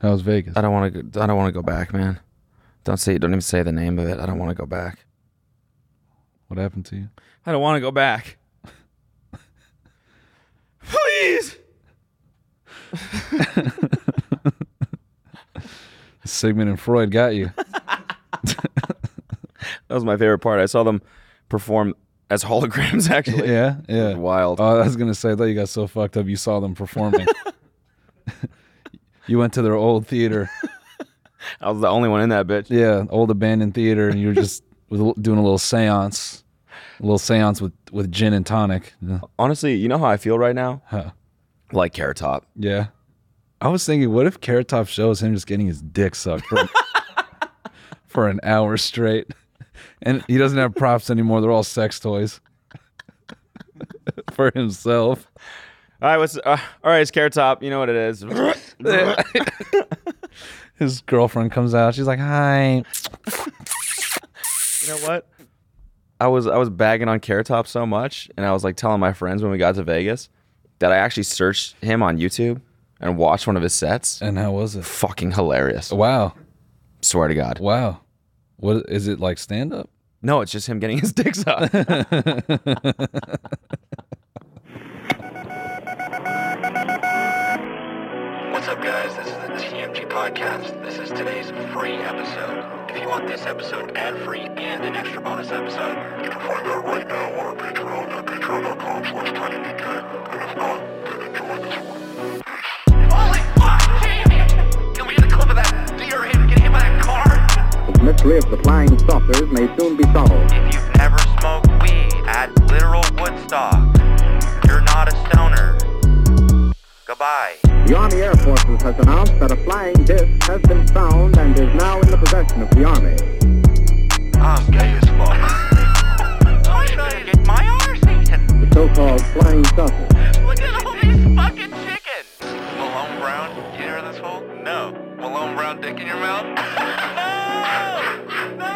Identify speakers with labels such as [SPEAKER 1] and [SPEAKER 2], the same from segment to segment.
[SPEAKER 1] That was Vegas.
[SPEAKER 2] I don't want to. I don't want to go back, man. Don't say. Don't even say the name of it. I don't want to go back.
[SPEAKER 1] What happened to you?
[SPEAKER 2] I don't want to go back. Please.
[SPEAKER 1] Sigmund and Freud got you.
[SPEAKER 2] That was my favorite part. I saw them perform as holograms. Actually,
[SPEAKER 1] yeah, yeah.
[SPEAKER 2] wild.
[SPEAKER 1] Oh, I was gonna say, I thought you got so fucked up you saw them performing. you went to their old theater,
[SPEAKER 2] I was the only one in that bitch.
[SPEAKER 1] yeah, old abandoned theater, and you were just with a l- doing a little seance, a little seance with with gin and tonic. Yeah.
[SPEAKER 2] Honestly, you know how I feel right now?
[SPEAKER 1] Huh.
[SPEAKER 2] Like Carrot Top.
[SPEAKER 1] Yeah. I was thinking, what if Carrot Top shows him just getting his dick sucked for, for an hour straight? And he doesn't have props anymore. They're all sex toys for himself.
[SPEAKER 2] All right, what's uh, all right? It's Carrot Top. You know what it is.
[SPEAKER 1] His girlfriend comes out. She's like, hi.
[SPEAKER 2] You know what? I was I was bagging on Carrot Top so much, and I was like telling my friends when we got to Vegas that I actually searched him on YouTube and watched one of his sets.
[SPEAKER 1] And how was it?
[SPEAKER 2] Fucking hilarious!
[SPEAKER 1] Wow.
[SPEAKER 2] Swear to God.
[SPEAKER 1] Wow. What is it like stand up?
[SPEAKER 2] No, it's just him getting his dicks up.
[SPEAKER 3] What's up, guys? This is the TMG Podcast. This is today's free episode. If you want this episode ad-free and an extra bonus episode, you can find that right now on our Patreon at patreon.com slash tinydk. And if not, then enjoy this one. Holy fuck, Jamie! Can we get a clip of that deer him getting hit by a car?
[SPEAKER 4] The mystery of the flying saucers may soon be solved.
[SPEAKER 5] If you've never smoked weed at literal Woodstock, you're not a stoner. Goodbye.
[SPEAKER 4] The Army Air Forces has announced that a flying disc has been found and is now in the possession of the Army.
[SPEAKER 5] I'm gay as fuck. I'm trying to get my arse eaten.
[SPEAKER 4] The so-called flying saucer.
[SPEAKER 5] Look at all these fucking chickens. Malone Brown, you hear this hole? No. Malone Brown dick in your mouth? no! No!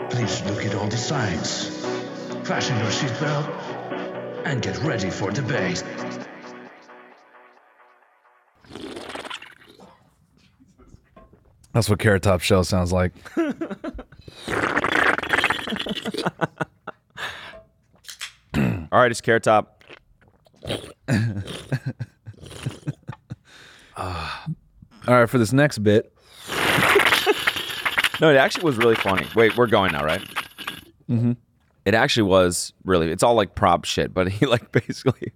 [SPEAKER 5] No!
[SPEAKER 6] Please look at all the signs. Fasten your seatbelt and get ready for debate.
[SPEAKER 1] That's what Carrot Top Show sounds like.
[SPEAKER 2] All right, it's Carrot Top.
[SPEAKER 1] All right, for this next bit.
[SPEAKER 2] No, it actually was really funny. Wait, we're going now, right? Mm-hmm. It actually was really. It's all like prop shit, but he like basically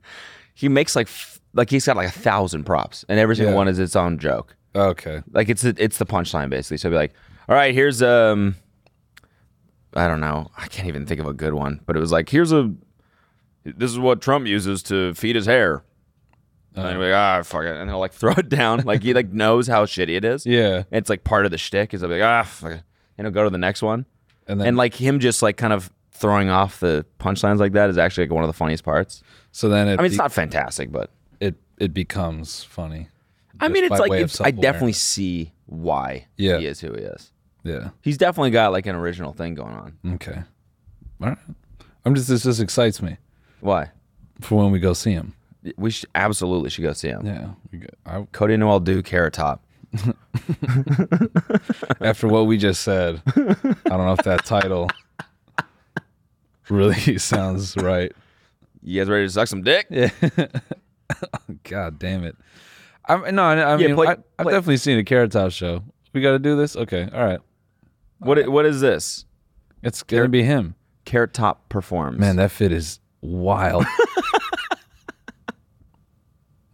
[SPEAKER 2] he makes like f- like he's got like a thousand props, and every single
[SPEAKER 1] Yeah.
[SPEAKER 2] one is its own joke.
[SPEAKER 1] Okay.
[SPEAKER 2] Like it's it's the punchline basically. So it'd be like, all right, here's um, I don't know, I can't even think of a good one, but it was like, here's a, this is what Trump uses to feed his hair. And then like, ah, fuck it, and he'll like throw it down, like he like knows how shitty it is.
[SPEAKER 1] Yeah.
[SPEAKER 2] And it's like part of the shtick is they'll be like, ah, fuck it. and he'll go to the next one,
[SPEAKER 1] And then
[SPEAKER 2] and like him just like kind of throwing off the punchlines like that is actually like one of the funniest parts.
[SPEAKER 1] so then it
[SPEAKER 2] I
[SPEAKER 1] be-
[SPEAKER 2] mean, it's not fantastic, but
[SPEAKER 1] it it becomes funny.
[SPEAKER 2] I mean,
[SPEAKER 1] Just by
[SPEAKER 2] it's like
[SPEAKER 1] way of
[SPEAKER 2] it's, I definitely
[SPEAKER 1] self-awareness.
[SPEAKER 2] see why
[SPEAKER 1] Yeah.
[SPEAKER 2] he is who he is.
[SPEAKER 1] Yeah.
[SPEAKER 2] He's definitely got like an original thing going on.
[SPEAKER 1] Okay. All right. I'm just this just excites me
[SPEAKER 2] Why?
[SPEAKER 1] for when we go see him.
[SPEAKER 2] We should, absolutely should go see him.
[SPEAKER 1] Yeah. We go- I,
[SPEAKER 2] Cody Noel do Carrot Top.
[SPEAKER 1] after what we just said, I don't know if that title really sounds right.
[SPEAKER 2] You guys ready to suck some dick?
[SPEAKER 1] God damn it. I'm no, I, I
[SPEAKER 2] Yeah,
[SPEAKER 1] mean
[SPEAKER 2] play-
[SPEAKER 1] I, I've
[SPEAKER 2] play-
[SPEAKER 1] definitely seen a Carrot Top show. We got to do this. Okay. All right.
[SPEAKER 2] What i- What is this?
[SPEAKER 1] It's gonna be him.
[SPEAKER 2] Carrot Top performs.
[SPEAKER 1] Man, that fit is wild.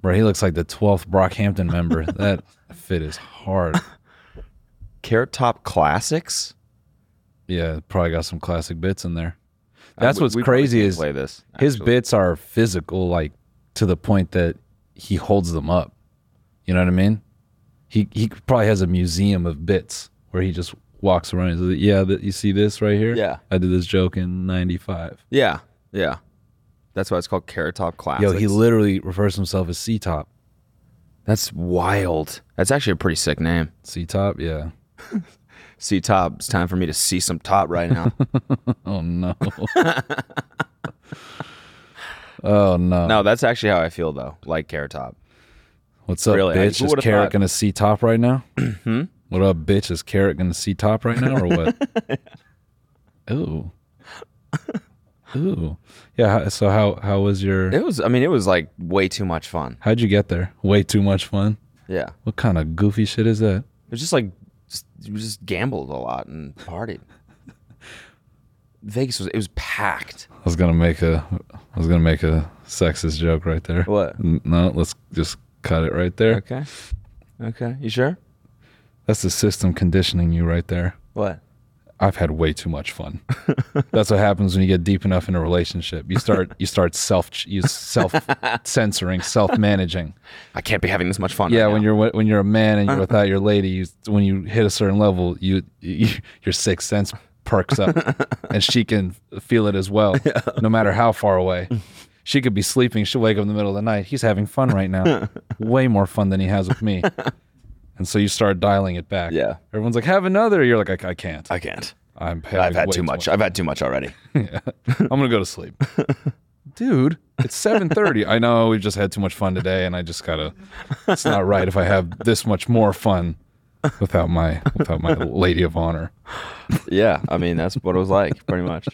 [SPEAKER 1] Bro, he looks like the 12th Brockhampton member. That fit is hard.
[SPEAKER 2] Carrot Top classics.
[SPEAKER 1] Yeah, probably got some classic bits in there. That's
[SPEAKER 2] We-
[SPEAKER 1] what's
[SPEAKER 2] we probably
[SPEAKER 1] crazy
[SPEAKER 2] can't
[SPEAKER 1] is
[SPEAKER 2] play this.
[SPEAKER 1] his
[SPEAKER 2] actually.
[SPEAKER 1] bits are physical, like to the point that he holds them up. You know what I mean? He he probably has a museum of bits where he just walks around. He's like, yeah, that you see this right here?
[SPEAKER 2] Yeah.
[SPEAKER 1] I did this joke in '95.
[SPEAKER 2] Yeah, yeah. That's why it's called Carrot Top classics.
[SPEAKER 1] Yo, he literally refers to himself as C Top.
[SPEAKER 2] That's wild. That's actually a pretty sick name.
[SPEAKER 1] C Top, yeah.
[SPEAKER 2] See Top. It's time for me to see some top right now.
[SPEAKER 1] Oh no. oh no. Oh,
[SPEAKER 2] no, that's actually how I feel though. Like Carrot Top.
[SPEAKER 1] What's up,
[SPEAKER 2] Really? I-
[SPEAKER 1] bitch?
[SPEAKER 2] who
[SPEAKER 1] Is
[SPEAKER 2] would've
[SPEAKER 1] Carrot
[SPEAKER 2] thought? Hmm?
[SPEAKER 1] gonna see top right now? What up, bitch? Is Carrot gonna see top right now or what? Ooh. Ooh. Yeah. how- So how how was your?
[SPEAKER 2] It was. I mean, it was like way too much fun.
[SPEAKER 1] How'd you get there? Way too much fun.
[SPEAKER 2] Yeah, it
[SPEAKER 1] What kind of goofy shit is that?
[SPEAKER 2] was just like just, we just gambled a lot and partied. Vegas was. It was packed.
[SPEAKER 1] I was gonna make a I was gonna make a sexist joke right there.
[SPEAKER 2] What?
[SPEAKER 1] N- No, let's just cut it right there.
[SPEAKER 2] Okay. Okay. You sure?
[SPEAKER 1] That's the system conditioning you right there.
[SPEAKER 2] What?
[SPEAKER 1] I've had way too much fun. That's what happens when you get deep enough in a relationship. You start you start self you self censoring, self managing.
[SPEAKER 2] I can't be having this much fun.
[SPEAKER 1] Yeah,
[SPEAKER 2] right
[SPEAKER 1] when
[SPEAKER 2] now. Uh-huh.
[SPEAKER 1] you're wi- when you're a man and you're without your lady, you, when you hit a certain level, you, you your sixth sense perks up, and she can feel it as well, no matter how far away. She could be sleeping. She'll wake up in the middle of the night. He's having fun right now, way more fun than he has with me. And so you start dialing it back.
[SPEAKER 2] Yeah.
[SPEAKER 1] everyone's like, "Have another." You're like, "I, I can't.
[SPEAKER 2] I can't.
[SPEAKER 1] I'm
[SPEAKER 2] I've
[SPEAKER 1] having
[SPEAKER 2] had
[SPEAKER 1] way
[SPEAKER 2] too much. I've had too much already.
[SPEAKER 1] I'm gonna go to sleep, dude. It's 7:30. I know we've just had too much fun today, and I just gotta. It's not right if I have this much more fun without my without my lady of honor.
[SPEAKER 2] Yeah, I mean that's what it was like, pretty much.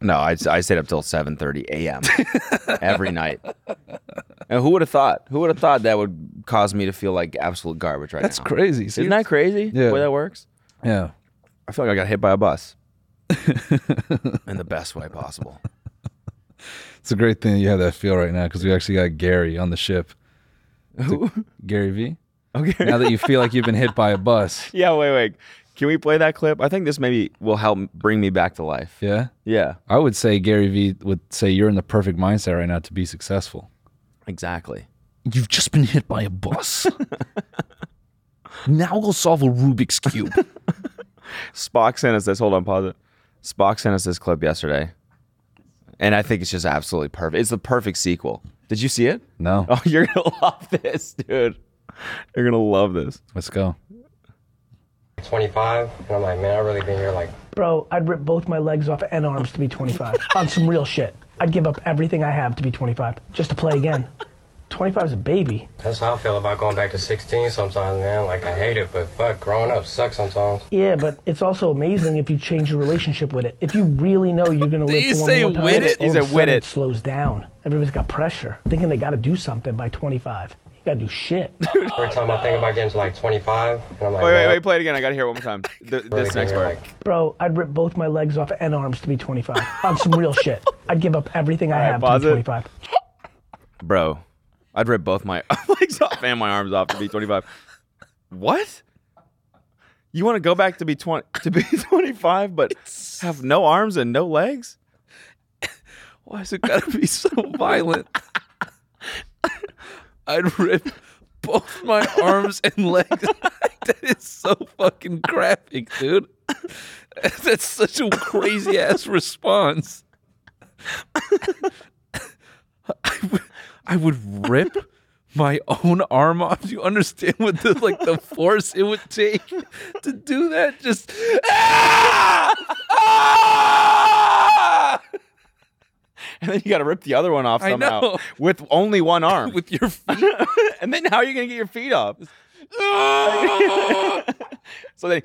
[SPEAKER 2] No, I, I stayed up till seven thirty a.m. every night. And who would have thought? Who would have thought that would cause me to feel like absolute garbage right
[SPEAKER 1] That's
[SPEAKER 2] now?
[SPEAKER 1] crazy. See,
[SPEAKER 2] Isn't that crazy?
[SPEAKER 1] Yeah.
[SPEAKER 2] The way that works.
[SPEAKER 1] yeah.
[SPEAKER 2] I feel like I got hit by a bus in the best way possible.
[SPEAKER 1] It's a great thing you have that feel right now because we actually got Gary on the ship.
[SPEAKER 2] Who?
[SPEAKER 1] Gary V.
[SPEAKER 2] Okay.
[SPEAKER 1] Now that you feel like you've been hit by a bus,
[SPEAKER 2] yeah. Wait. Wait. Can we play that clip? I think this maybe will help bring me back to life.
[SPEAKER 1] yeah,
[SPEAKER 2] Yeah.
[SPEAKER 1] I would say Gary V. would say you're in the perfect mindset right now to be successful.
[SPEAKER 2] Exactly.
[SPEAKER 1] You've just been hit by a bus. now we'll solve a Rubik's cube.
[SPEAKER 2] Spock sent us this. Hold on, pause it. Spock sent us this clip yesterday, and I think it's just absolutely perfect. It's the perfect sequel. Did you see it?
[SPEAKER 1] No,
[SPEAKER 2] Oh, you're gonna love this, dude. You're gonna love this.
[SPEAKER 1] let's go.
[SPEAKER 7] 25, and I'm like, man, I really been here like
[SPEAKER 8] Bro, I'd rip both my legs off and arms to be 25. on some real shit. I'd give up everything I have to be 25 just to play again. 25 is a baby.
[SPEAKER 7] that's how I feel about going back to 16 sometimes, man. Like I hate it, but fuck, growing up sucks sometimes.
[SPEAKER 8] Yeah, but it's also amazing if you change your relationship with it. If you really know you're gonna live
[SPEAKER 2] you
[SPEAKER 8] for
[SPEAKER 2] say
[SPEAKER 8] one more time,
[SPEAKER 2] with it? He
[SPEAKER 8] all of a
[SPEAKER 2] said with
[SPEAKER 8] sudden
[SPEAKER 2] it.
[SPEAKER 8] it slows down. Everybody's got pressure, thinking they gotta do something by 25. You gotta do shit.
[SPEAKER 7] Every time I think about getting to like 25, and I'm like,
[SPEAKER 2] Wait, wait,
[SPEAKER 7] man,
[SPEAKER 2] wait. Play it again. I gotta hear it one more time. Th-
[SPEAKER 7] I really
[SPEAKER 2] this
[SPEAKER 7] been
[SPEAKER 2] next
[SPEAKER 7] here,
[SPEAKER 2] part.
[SPEAKER 7] like-
[SPEAKER 8] Bro, I'd rip both my legs off and arms to be 25. on some real shit. I'd give up everything I
[SPEAKER 2] right,
[SPEAKER 8] have to
[SPEAKER 2] pause
[SPEAKER 8] be
[SPEAKER 2] it.
[SPEAKER 8] 25.
[SPEAKER 2] Bro, I'd rip both my legs off and my arms off to be 25. What? You want to go back to be 20 to be 25, but have no arms and no legs?
[SPEAKER 1] Why is it gotta be so violent? I'd rip both my arms and legs. that is so fucking graphic, dude. That's such a crazy ass response. I would- I would rip my own arm off. Do you understand what the like the force it would take to do that? Just ah! Ah!
[SPEAKER 2] And then you got to rip the other one off
[SPEAKER 1] I
[SPEAKER 2] somehow
[SPEAKER 1] know.
[SPEAKER 2] with only one arm.
[SPEAKER 1] with your
[SPEAKER 2] and then how are you gonna get your feet off?
[SPEAKER 1] Ah!
[SPEAKER 2] so then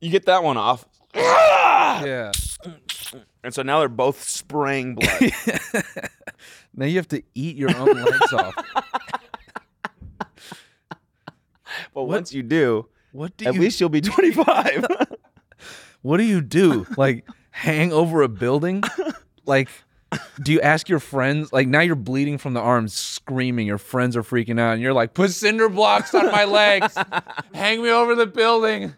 [SPEAKER 2] you get that one off,
[SPEAKER 1] Yeah.
[SPEAKER 2] and so now they're both spraying blood.
[SPEAKER 1] Now you have to eat your own legs off.
[SPEAKER 2] but once you do,
[SPEAKER 1] What do
[SPEAKER 2] at
[SPEAKER 1] you
[SPEAKER 2] least you'll be 25.
[SPEAKER 1] what do you do? Like hang over a building? Like do you ask your friends? Like now you're bleeding from the arms, screaming. Your friends are freaking out, and you're like, "Put cinder blocks on my legs, hang me over the building,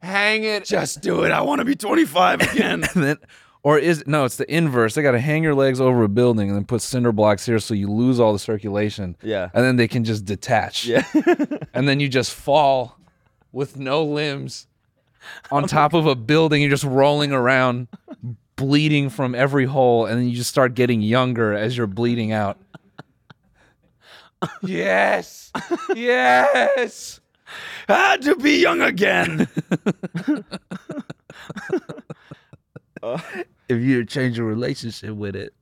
[SPEAKER 1] hang it."
[SPEAKER 2] Just do it. I want to be 25 again.
[SPEAKER 1] and then or is no it's the inverse they got to hang your legs over a building and then put cinder blocks here so you lose all the circulation
[SPEAKER 2] Yeah.
[SPEAKER 1] and then they can just detach yeah and then you just fall with no limbs
[SPEAKER 2] Oh
[SPEAKER 1] on top of a building you're just rolling around bleeding from every hole and then you just start getting younger as you're bleeding out yes yes
[SPEAKER 2] Had to be young again.
[SPEAKER 1] if you change your relationship with it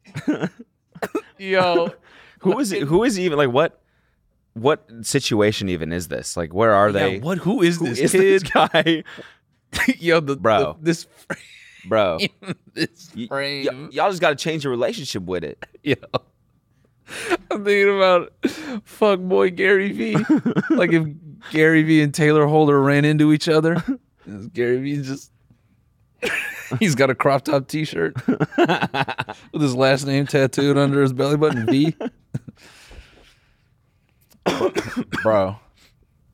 [SPEAKER 1] yo
[SPEAKER 2] who is it? Who is even like what? what situation even is this? Like, where are they?
[SPEAKER 1] yeah, what? Who is
[SPEAKER 2] Who
[SPEAKER 1] this
[SPEAKER 2] is
[SPEAKER 1] kid?
[SPEAKER 2] this guy,
[SPEAKER 1] Yo, the,
[SPEAKER 2] Bro.
[SPEAKER 1] the- this
[SPEAKER 2] bro? y-
[SPEAKER 1] frame, this
[SPEAKER 2] y-
[SPEAKER 1] frame.
[SPEAKER 2] y'all just got to change your relationship with it.
[SPEAKER 1] Yeah. I'm thinking about fuck boy Gary Vee. like if Gary Vee and Taylor Holder ran into each other, Gary Vee's just he's got a crop top t shirt with his last name tattooed under his belly button V. Bro,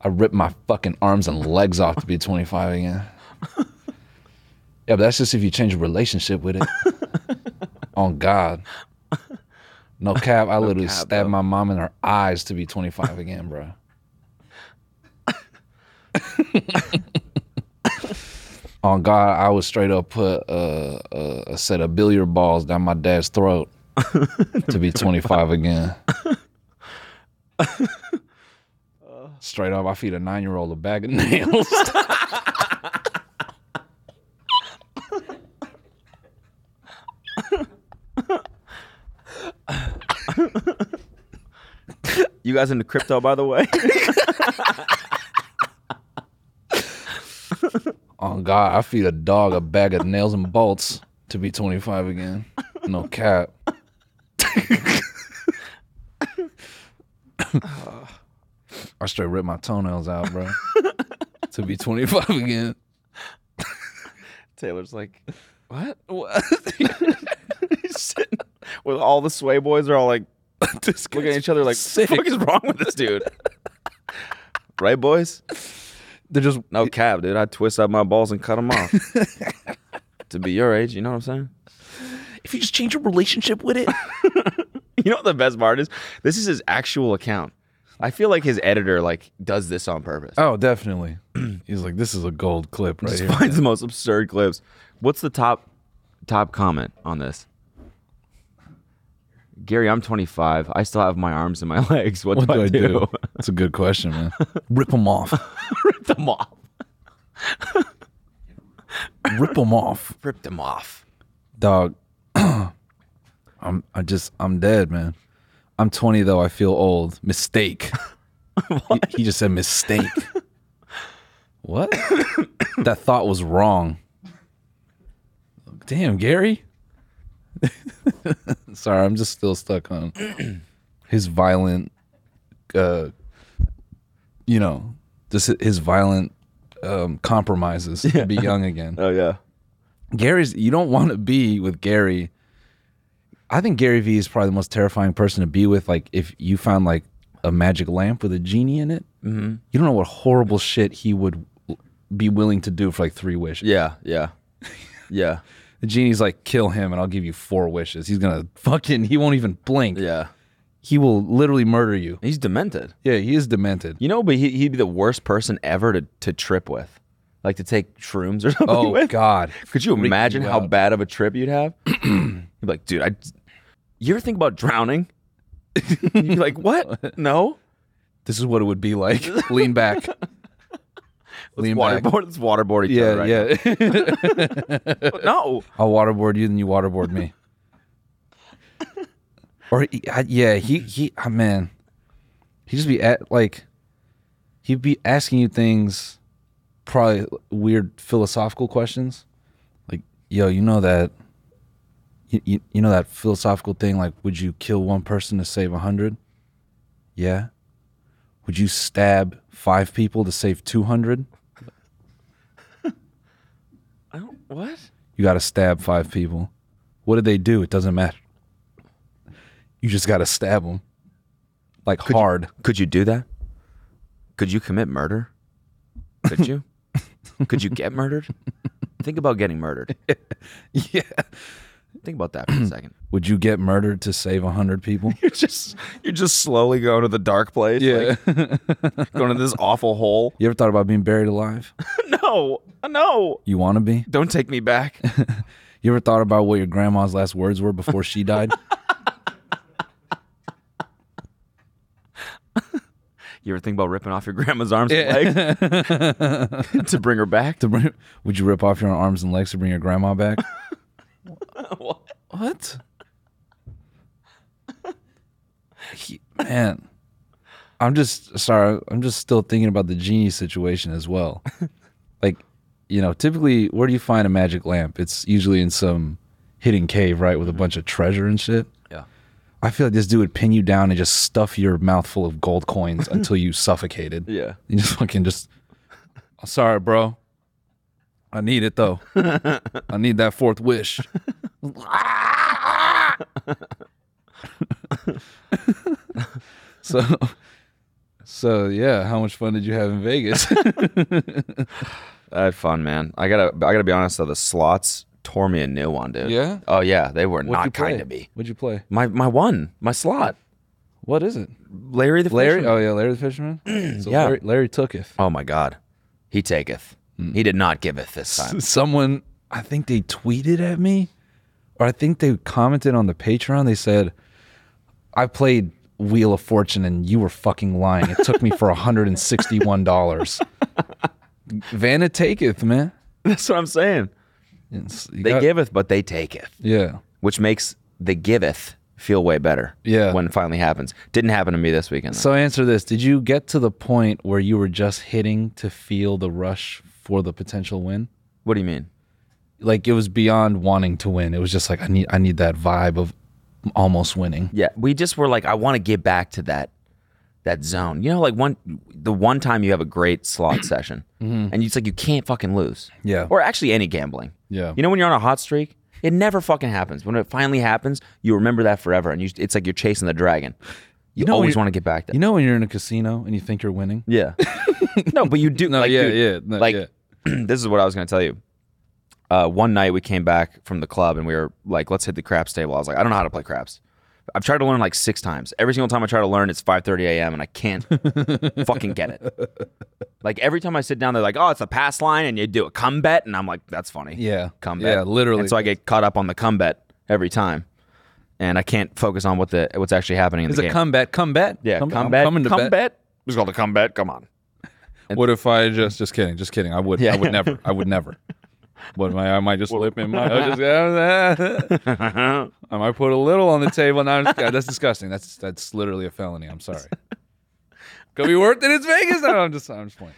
[SPEAKER 1] I ripped my fucking arms and legs off to be 25 again. Yeah, but that's just if you change your relationship with it. On God. No cap, I literally
[SPEAKER 2] cap,
[SPEAKER 1] stabbed my
[SPEAKER 2] though.
[SPEAKER 1] mom in her eyes to be 25 again, bro. On God, I would straight up put a, a, a set of billiard balls down my dad's throat to be 25 again. Straight up, I feed a nine year old a bag of nails.
[SPEAKER 2] You guys into crypto, by the way?
[SPEAKER 1] On Oh, God, I feed a dog a bag of nails and bolts to be 25 again. No cap. I straight ripped my toenails out, bro. to be 25 again.
[SPEAKER 2] Taylor's like, what? What? He's sitting with all the sway boys are all like looking at each other like,
[SPEAKER 1] sick.
[SPEAKER 2] what the fuck is wrong with this dude? right, boys?
[SPEAKER 1] They're just
[SPEAKER 2] No cap, dude. I twist up my balls and cut them off. to be your age, you know what I'm saying?
[SPEAKER 1] if you just change your relationship with it.
[SPEAKER 2] You know what the best part is? This is his actual account. I feel like his editor like does this on purpose.
[SPEAKER 1] Oh, definitely. He's like, this is a gold clip right
[SPEAKER 2] Just
[SPEAKER 1] here.
[SPEAKER 2] finds the most absurd clips. What's the top top comment on this? Gary, I'm 25. I still have my arms and my legs. What, do, I do?
[SPEAKER 1] It's a good question, man. Rip them off.
[SPEAKER 2] Rip them off.
[SPEAKER 1] Rip them off.
[SPEAKER 2] Rip them off.
[SPEAKER 1] dog i'm i just i'm dead man i'm 20 though i feel old mistake he, he just said mistake what that thought was wrong damn gary sorry i'm just still stuck on his violent uh you know just his violent um compromises to be young again
[SPEAKER 2] Oh yeah.
[SPEAKER 1] Gary's you don't want to be with Gary. I think Gary Vee is probably the most terrifying person to be with. Like if you found like a magic lamp with a genie in it, mm-hmm. you don't know what horrible shit he would be willing to do for like three wishes.
[SPEAKER 2] Yeah. Yeah. Yeah.
[SPEAKER 1] The genie's like, kill him and I'll give you four wishes. He's gonna fucking he won't even blink.
[SPEAKER 2] Yeah.
[SPEAKER 1] He will literally murder you.
[SPEAKER 2] He's demented.
[SPEAKER 1] Yeah, he is demented.
[SPEAKER 2] You know, but he, he'd be the worst person ever to, to trip with, like to take shrooms or something.
[SPEAKER 1] Oh
[SPEAKER 2] with.
[SPEAKER 1] God.
[SPEAKER 2] Could you
[SPEAKER 1] Freak
[SPEAKER 2] imagine
[SPEAKER 1] you
[SPEAKER 2] how
[SPEAKER 1] out.
[SPEAKER 2] bad of a trip you'd have? you'd be like, dude, I. You ever think about drowning? you'd be like, what? No.
[SPEAKER 1] This is what it would be like. Lean back. Lean back.
[SPEAKER 2] waterboard. Let's waterboard each
[SPEAKER 1] Yeah,
[SPEAKER 2] other. Right
[SPEAKER 1] yeah.
[SPEAKER 2] Now. No.
[SPEAKER 1] I'll waterboard you, then you waterboard me. or he- I, yeah, he he ah, man, he just be at like, he'd be asking you things, probably weird philosophical questions, like yo, you know that. You, you, you know that philosophical thing like would you kill one person to save a hundred yeah would you stab five people to save 200
[SPEAKER 2] I don't, what?
[SPEAKER 1] You got to stab five people. What did they do? It doesn't matter. You just got to stab them. Like hard.
[SPEAKER 2] Could you do that? Could you commit murder? Could you? Could you get murdered? Think about getting murdered.
[SPEAKER 1] Yeah.
[SPEAKER 2] Think about that for a second.
[SPEAKER 1] Would you get murdered to save a 100 people?
[SPEAKER 2] You're just you're just slowly going to the dark place. like, going to this awful hole.
[SPEAKER 1] you ever thought about being buried alive?
[SPEAKER 2] No, Uh, no.
[SPEAKER 1] You want to be?
[SPEAKER 2] Don't take me back.
[SPEAKER 1] You ever thought about what your grandma's last words were before she died?
[SPEAKER 2] You ever think about ripping off your grandma's arms and legs to bring her back?
[SPEAKER 1] to bring, would you rip off your arms and legs to bring your grandma back?
[SPEAKER 2] What?
[SPEAKER 1] What? He, man, I'm just sorry. I'm just still thinking about the genie situation as well. like, you know, typically where do you find a magic lamp? It's usually in some hidden cave, right, with a bunch of treasure and shit.
[SPEAKER 2] Yeah.
[SPEAKER 1] I feel like this dude would pin you down and just stuff your mouth full of gold coins until you suffocated.
[SPEAKER 2] Yeah.
[SPEAKER 1] You just fucking just. I'm sorry, bro. I need it though. I need that fourth wish. so, so yeah. How much fun did you have in Vegas?
[SPEAKER 2] I had fun, man. I gotta I gotta be honest though, the slots tore me a new one, dude.
[SPEAKER 1] Yeah?
[SPEAKER 2] Oh yeah, they were
[SPEAKER 1] What'd you
[SPEAKER 2] not kind
[SPEAKER 1] play?
[SPEAKER 2] to me.
[SPEAKER 1] What'd you play?
[SPEAKER 2] My my one, my slot.
[SPEAKER 1] What is it?
[SPEAKER 2] Larry the
[SPEAKER 1] Larry.
[SPEAKER 2] Fisherman.
[SPEAKER 1] Oh yeah, Larry the fisherman. So
[SPEAKER 2] Yeah.
[SPEAKER 1] Larry, Larry tooketh.
[SPEAKER 2] Oh my god. He taketh. He did not giveth this time.
[SPEAKER 1] someone I think they tweeted at me or I think they commented on the Patreon. They said, I played Wheel of Fortune and you were fucking lying. It took me for $161. Vanna taketh, man.
[SPEAKER 2] That's what I'm saying.
[SPEAKER 1] It's- you
[SPEAKER 2] They
[SPEAKER 1] got-
[SPEAKER 2] giveth, but they taketh.
[SPEAKER 1] Yeah.
[SPEAKER 2] Which makes the giveth feel way better.
[SPEAKER 1] Yeah.
[SPEAKER 2] When it finally happens. Didn't happen to me this weekend. though.
[SPEAKER 1] So answer this. Did you get to the point where you were just hitting to feel the rush for the potential win?
[SPEAKER 2] what do you mean?
[SPEAKER 1] Like it was beyond wanting to win. It was just like I need I need that vibe of almost winning.
[SPEAKER 2] Yeah, we just were like, I want to get back to that that zone. You know, like one the one time you have a great slot session, and it's like you can't fucking lose.
[SPEAKER 1] Mm-hmm. Yeah.
[SPEAKER 2] or actually any gambling.
[SPEAKER 1] Yeah.
[SPEAKER 2] you know when you're on a hot streak, it never fucking happens. When it finally happens, you remember that forever, and you it's like you're chasing the dragon. You,
[SPEAKER 1] know when
[SPEAKER 2] always
[SPEAKER 1] you-
[SPEAKER 2] want to get back to.
[SPEAKER 1] You know when you're in a casino and you think you're winning?
[SPEAKER 2] yeah, no, but you do.
[SPEAKER 1] No,
[SPEAKER 2] like,
[SPEAKER 1] yeah,
[SPEAKER 2] dude,
[SPEAKER 1] yeah, no,
[SPEAKER 2] like
[SPEAKER 1] yeah.
[SPEAKER 2] this is what I was gonna tell you. Uh, one night we came back from the club and we were like, let's hit the craps table. I was like, I don't know how to play craps. I've tried to learn like six times. Every single time I try to learn, it's 5:30 a.m. and I can't fucking get it. Like every time I sit down, they're like, "Oh, it's a pass line," and you do a come bet, and I'm like, "That's funny."
[SPEAKER 1] Yeah.
[SPEAKER 2] come bet.
[SPEAKER 1] Yeah, literally.
[SPEAKER 2] And so I get caught up on the come bet every time, and I can't focus on what the what's actually happening in
[SPEAKER 1] It's
[SPEAKER 2] the
[SPEAKER 1] a
[SPEAKER 2] game.
[SPEAKER 1] combat, combat.
[SPEAKER 2] yeah,
[SPEAKER 1] Com-
[SPEAKER 2] come
[SPEAKER 1] I'm
[SPEAKER 2] bet,
[SPEAKER 1] coming to
[SPEAKER 2] come
[SPEAKER 1] bet.
[SPEAKER 2] bet. It was called a come bet. Come on.
[SPEAKER 1] What if I just? Just kidding. Just kidding. I would.
[SPEAKER 2] Yeah.
[SPEAKER 1] I would never. I would never. What am I? I might just lip in my. I, just, I might put a little on the table. Now God, that's disgusting. That's that's literally a felony. I'm sorry. Could be worth it. It's Vegas. No, I'm just. I'm just playing.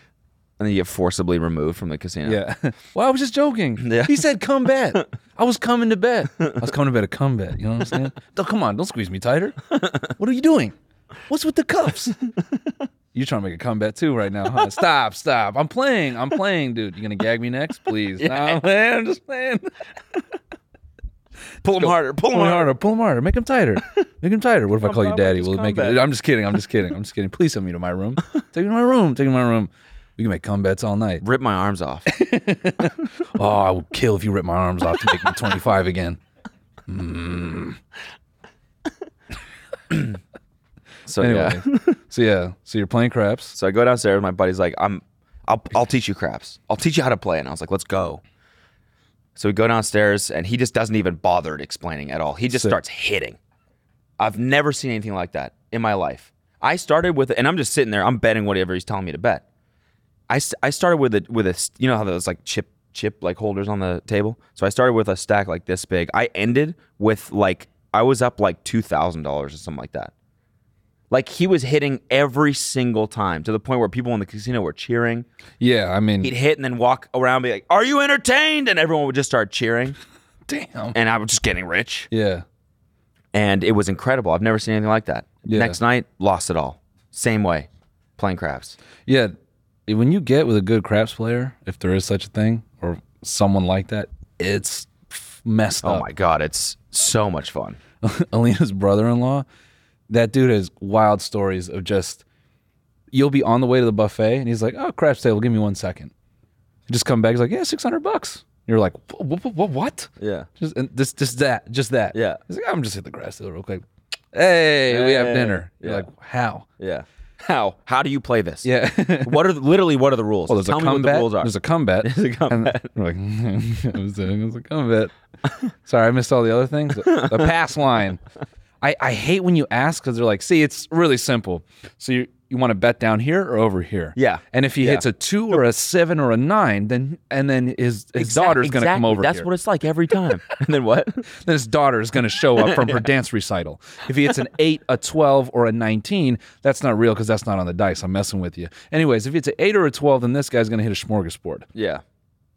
[SPEAKER 2] And then you get forcibly removed from the casino.
[SPEAKER 1] Yeah. Well, I was just joking.
[SPEAKER 2] Yeah.
[SPEAKER 1] He said, "Come bet." I was coming to bet. I was coming to bet a come bet. You know what I'm saying? Don't, come on, don't squeeze me tighter. What are you doing? What's with the cuffs? You're trying to make a comeback too right now. Huh? Stop, stop. I'm playing. I'm playing, dude. You gonna gag me next, please? No, I'm playing. I'm just playing.
[SPEAKER 2] Pull him harder. Pull him
[SPEAKER 1] Pull him
[SPEAKER 2] harder.
[SPEAKER 1] harder. Pull him harder. Make him tighter. Make him tighter. What if I call you daddy? Will it make it? I'm just kidding. I'm just kidding. I'm just kidding. Please send me to my room. Take me to my room. Take me to my room. We can make comebacks all night.
[SPEAKER 2] Rip my arms off.
[SPEAKER 1] Oh, I would kill if you ripped my arms off to make me 25 again.
[SPEAKER 2] So
[SPEAKER 1] Anyway,
[SPEAKER 2] yeah.
[SPEAKER 1] so yeah, so you're playing craps.
[SPEAKER 2] So I go downstairs. My buddy's like, "I'm, I'll, I'll teach you craps. I'll teach you how to play." And I was like, "Let's go." So we go downstairs, and he just doesn't even bother explaining at all. He just
[SPEAKER 1] Sick.
[SPEAKER 2] starts hitting. I've never seen anything like that in my life. I started with, and I'm just sitting there. I'm betting whatever he's telling me to bet. I, s- I started with a with a s- you know how those like chip chip like holders on the table. So I started with a stack like this big. I ended with like I was up like two thousand dollars or something like that. Like he was hitting every single time to the point where people in the casino were cheering.
[SPEAKER 1] Yeah, I mean,
[SPEAKER 2] He'd hit and then walk around and be like, Are you entertained? And everyone would just start cheering.
[SPEAKER 1] damn.
[SPEAKER 2] And I was just getting rich.
[SPEAKER 1] Yeah,
[SPEAKER 2] And it was incredible. I've never seen anything like that.
[SPEAKER 1] Yeah.
[SPEAKER 2] Next night, lost it all. Same way, playing craps.
[SPEAKER 1] yeah. When you get with a good craps player, if there is such a thing, or someone like that, it's f- messed
[SPEAKER 2] Oh
[SPEAKER 1] up.
[SPEAKER 2] my God, it's so much fun.
[SPEAKER 1] Alina's brother-in-law, that dude has wild stories of just. You'll be on the way to the buffet, and he's like, "Oh, craps table, give me one second. You just come back. He's like, "Yeah, six hundred bucks." You're like, "What? What? What?"
[SPEAKER 2] Yeah.
[SPEAKER 1] Just and this, just that, just that.
[SPEAKER 2] Yeah.
[SPEAKER 1] He's like, I'm just hit the grass table real quick. Hey, we have
[SPEAKER 2] Hey.
[SPEAKER 1] dinner. You're
[SPEAKER 2] Yeah.
[SPEAKER 1] like, how?
[SPEAKER 2] Yeah. How? How do you play this?
[SPEAKER 1] Yeah.
[SPEAKER 2] What are the, literally what are the rules?
[SPEAKER 1] Well, there's
[SPEAKER 2] Tell
[SPEAKER 1] a
[SPEAKER 2] me what
[SPEAKER 1] combat.
[SPEAKER 2] the rules are.
[SPEAKER 1] There's a combat.
[SPEAKER 2] There's a combat.
[SPEAKER 1] And we're like, I was saying there's a combat. Sorry, I missed all the other things. The pass line. I, I hate when you ask because they're like, see, it's really simple. So you you want to bet down here or over here?
[SPEAKER 2] Yeah.
[SPEAKER 1] And if he
[SPEAKER 2] Yeah.
[SPEAKER 1] hits a two or a seven or a nine, then and then his his
[SPEAKER 2] Exact-
[SPEAKER 1] daughter's going to come
[SPEAKER 2] exactly.
[SPEAKER 1] over
[SPEAKER 2] That's
[SPEAKER 1] here.
[SPEAKER 2] what it's like every time. and then what?
[SPEAKER 1] then his daughter is going to show up from her dance recital. If he hits an eight, a 12, or a 19, that's not real because that's not on the dice. I'm messing with you. Anyways, if it's an eight or a 12, then this guy's going to hit a smorgasbord.
[SPEAKER 2] Yeah.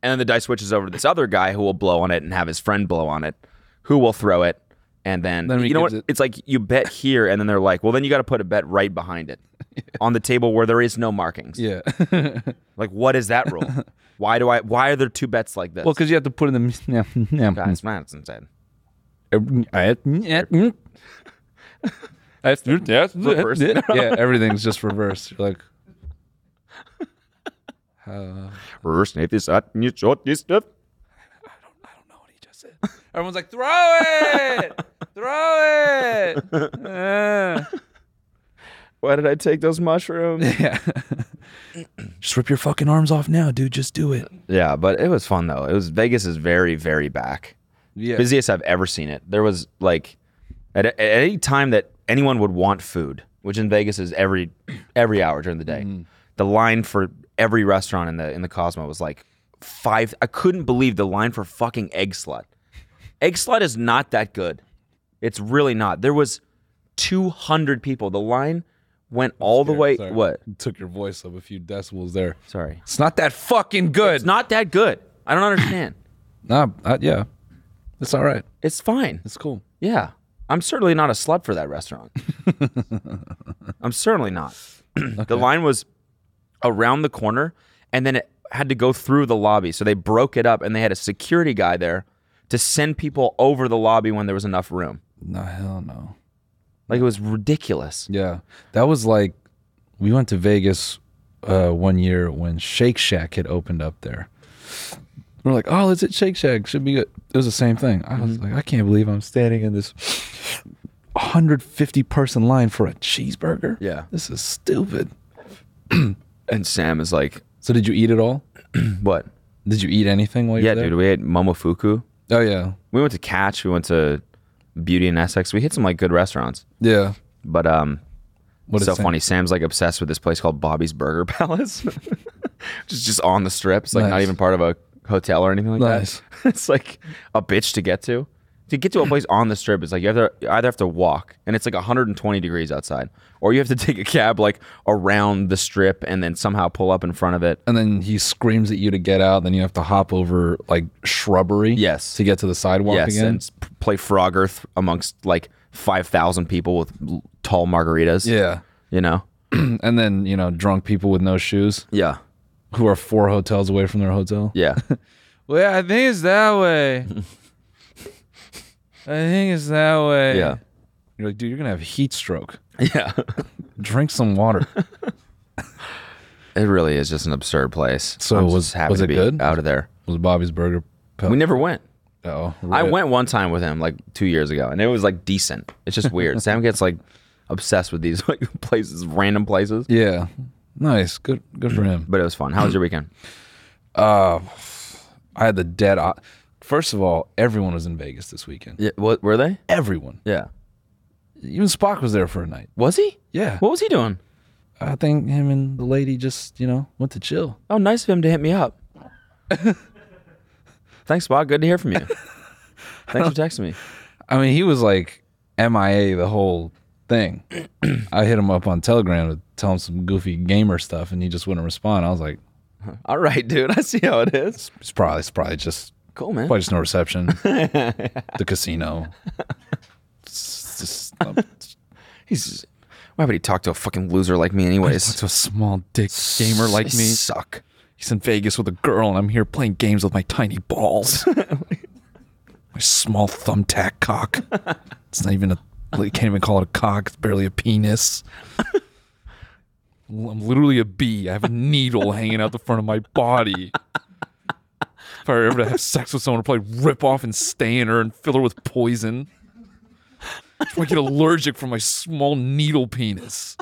[SPEAKER 2] And then the dice switches over to this other guy who will blow on it and have his friend blow on it, who will throw it. And then,
[SPEAKER 1] Then he
[SPEAKER 2] you know what?
[SPEAKER 1] gives it-
[SPEAKER 2] It's like you bet here, and then they're like, well, then you got to put a bet right behind it on the table where there is no markings.
[SPEAKER 1] Yeah.
[SPEAKER 2] Like, what is that rule? why do I, why are there two bets like this?
[SPEAKER 1] well, because you have to put in the.
[SPEAKER 2] guys, man, it's insane.
[SPEAKER 1] That's- that's-
[SPEAKER 2] Reverse.
[SPEAKER 1] yeah, everything's just reversed. You're like,
[SPEAKER 2] Sniff this out and you short this stuff.
[SPEAKER 1] what he just said. Everyone's like, throw it, throw it. Yeah.
[SPEAKER 2] Why did I take those mushrooms?
[SPEAKER 1] Yeah. just rip your fucking arms off now, dude. Just do it.
[SPEAKER 2] yeah, but it was fun though. It was Vegas is very, very back.
[SPEAKER 1] Yeah.
[SPEAKER 2] busiest I've ever seen it. There was like at, at any time that anyone would want food, which in Vegas is every every hour during the day.
[SPEAKER 1] Mm-hmm.
[SPEAKER 2] The line for every restaurant in the in the Cosmo was like five. I couldn't believe the line for fucking egg slut. Egg slut is not that good. It's really not. There was 200 people. The line went all the way.
[SPEAKER 1] Sorry.
[SPEAKER 2] What?
[SPEAKER 1] Took your voice up a few decibels there.
[SPEAKER 2] Sorry.
[SPEAKER 1] It's not that fucking good.
[SPEAKER 2] It's not that good. I don't understand.
[SPEAKER 1] Nah, uh, yeah. It's all right.
[SPEAKER 2] it's fine.
[SPEAKER 1] It's cool.
[SPEAKER 2] Yeah. I'm certainly not a slut for that restaurant. I'm certainly not. The line was around the corner and then it had to go through the lobby. So they broke it up and they had a security guy there to send people over the lobby when there was enough room.
[SPEAKER 1] No, hell no.
[SPEAKER 2] Like it was ridiculous.
[SPEAKER 1] Yeah. That was like, we went to Vegas uh, one year when Shake Shack had opened up there. We're like, oh, it's at Shake Shack. Should be good. It was the same thing. I was like, I can't believe I'm standing in this 150 person line for a cheeseburger.
[SPEAKER 2] Yeah.
[SPEAKER 1] This is stupid.
[SPEAKER 2] And Sam is like,
[SPEAKER 1] So, did you eat it all?
[SPEAKER 2] what?
[SPEAKER 1] Did you eat anything while you
[SPEAKER 2] Yeah,
[SPEAKER 1] were there?
[SPEAKER 2] dude, we ate Momofuku.
[SPEAKER 1] Oh, yeah.
[SPEAKER 2] We went to Catch. We went to Beauty and Essex. We hit some like good restaurants.
[SPEAKER 1] Yeah.
[SPEAKER 2] But um,
[SPEAKER 1] What
[SPEAKER 2] so
[SPEAKER 1] it say?
[SPEAKER 2] funny. Sam's like obsessed with this place called Bobby's Burger Palace, which is just on the strip. It's like not
[SPEAKER 1] Nice.
[SPEAKER 2] even part of a hotel or anything like
[SPEAKER 1] Nice.
[SPEAKER 2] that. it's like a bitch to get to. To get to a place on the strip, it's like you have to you either have to walk, and it's like 120 degrees outside, or you have to take a cab like around the strip and then somehow pull up in front of it.
[SPEAKER 1] and then he screams at you to get out. Then you have to hop over like shrubbery,
[SPEAKER 2] Yes.
[SPEAKER 1] to get to the sidewalk
[SPEAKER 2] yes,
[SPEAKER 1] again.
[SPEAKER 2] and s- p- play Frogger th- amongst like 5,000 people with l- tall margaritas.
[SPEAKER 1] yeah,
[SPEAKER 2] you know.
[SPEAKER 1] and then you know drunk people with no shoes
[SPEAKER 2] Yeah,
[SPEAKER 1] who are four hotels away from their hotel.
[SPEAKER 2] yeah.
[SPEAKER 1] Well, yeah, I think it's that way. I think it's that way.
[SPEAKER 2] Yeah.
[SPEAKER 1] you're like, dude, you're gonna have a heat stroke.
[SPEAKER 2] Yeah.
[SPEAKER 1] Drink some water.
[SPEAKER 2] It really is just an absurd place.
[SPEAKER 1] So
[SPEAKER 2] I'm
[SPEAKER 1] was-
[SPEAKER 2] just happy
[SPEAKER 1] was
[SPEAKER 2] to
[SPEAKER 1] it
[SPEAKER 2] be
[SPEAKER 1] good?
[SPEAKER 2] out of there.
[SPEAKER 1] Was Bobby's burger? Pe-
[SPEAKER 2] We never went.
[SPEAKER 1] Oh,
[SPEAKER 2] I
[SPEAKER 1] rip.
[SPEAKER 2] went one time with him like two years ago, and it was like decent. It's just weird. Sam gets like obsessed with these like places, random places.
[SPEAKER 1] Yeah, nice. Good. Good for him.
[SPEAKER 2] But it was fun. How was your weekend?
[SPEAKER 1] I had the dead eye. First of all, everyone was in Vegas this weekend.
[SPEAKER 2] Yeah, what, were they?
[SPEAKER 1] Everyone.
[SPEAKER 2] Yeah.
[SPEAKER 1] Even Spock was there for a night.
[SPEAKER 2] Was he?
[SPEAKER 1] Yeah.
[SPEAKER 2] What was he doing?
[SPEAKER 1] I think him and the lady just, you know, went to chill.
[SPEAKER 2] Oh, nice of him to hit me up. Thanks, Bob. Good to hear from you. Thanks for texting me.
[SPEAKER 1] I mean, he was like MIA the whole thing. I hit him up on Telegram to tell him some goofy gamer stuff, and he just wouldn't respond. I was like,
[SPEAKER 2] All right, dude. I see how it is.
[SPEAKER 1] it's probably, it's probably just,
[SPEAKER 2] Cool, man.
[SPEAKER 1] probably just no reception. the casino. It's just, I'm
[SPEAKER 2] He's why would he talk to a fucking loser like me, anyways?
[SPEAKER 1] just a small dick gamer like
[SPEAKER 2] They
[SPEAKER 1] me.
[SPEAKER 2] suck.
[SPEAKER 1] He's in Vegas with a girl, and I'm here playing games with my tiny balls. my small thumbtack cock. It's not even a. You can't even call it a cock. It's barely a penis. L- I'm literally a bee. I have a needle hanging out the front of my body. If I were ever to have sex with someone, I'd probably rip off and stain her and fill her with poison. That's why I get allergic from my small needle penis.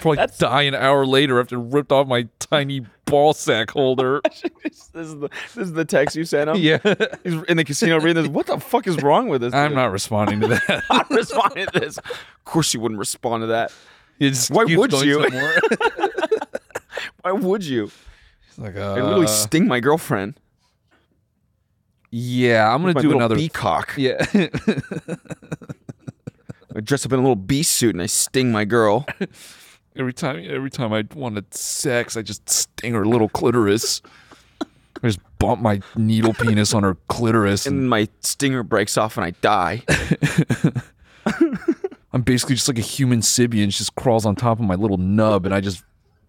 [SPEAKER 1] Probably die an hour later after it ripped off my tiny ball sack holder.
[SPEAKER 2] This is the this is the text you sent him.
[SPEAKER 1] yeah.
[SPEAKER 2] He's in the casino reading this. What the fuck is wrong with this?
[SPEAKER 1] I'm
[SPEAKER 2] dude?
[SPEAKER 1] not responding to that.
[SPEAKER 2] I'm responding to this. Of course you wouldn't respond to that.
[SPEAKER 1] It just
[SPEAKER 2] Why
[SPEAKER 1] keeps
[SPEAKER 2] would
[SPEAKER 1] going
[SPEAKER 2] you?
[SPEAKER 1] to more.
[SPEAKER 2] Why would you?
[SPEAKER 1] It's like,
[SPEAKER 2] I literally
[SPEAKER 1] uh,
[SPEAKER 2] sting my girlfriend.
[SPEAKER 1] yeah, I'm gonna
[SPEAKER 2] With my
[SPEAKER 1] do
[SPEAKER 2] little
[SPEAKER 1] another.
[SPEAKER 2] peacock.
[SPEAKER 1] Yeah,
[SPEAKER 2] I dress up in a little bee suit and I sting my girl.
[SPEAKER 1] every time, every time I wanted sex, I just sting her little clitoris. I just bump my needle penis on her clitoris, and
[SPEAKER 2] and my stinger breaks off and I die.
[SPEAKER 1] I'm basically just like a human sibian. She just crawls on top of my little nub, and I just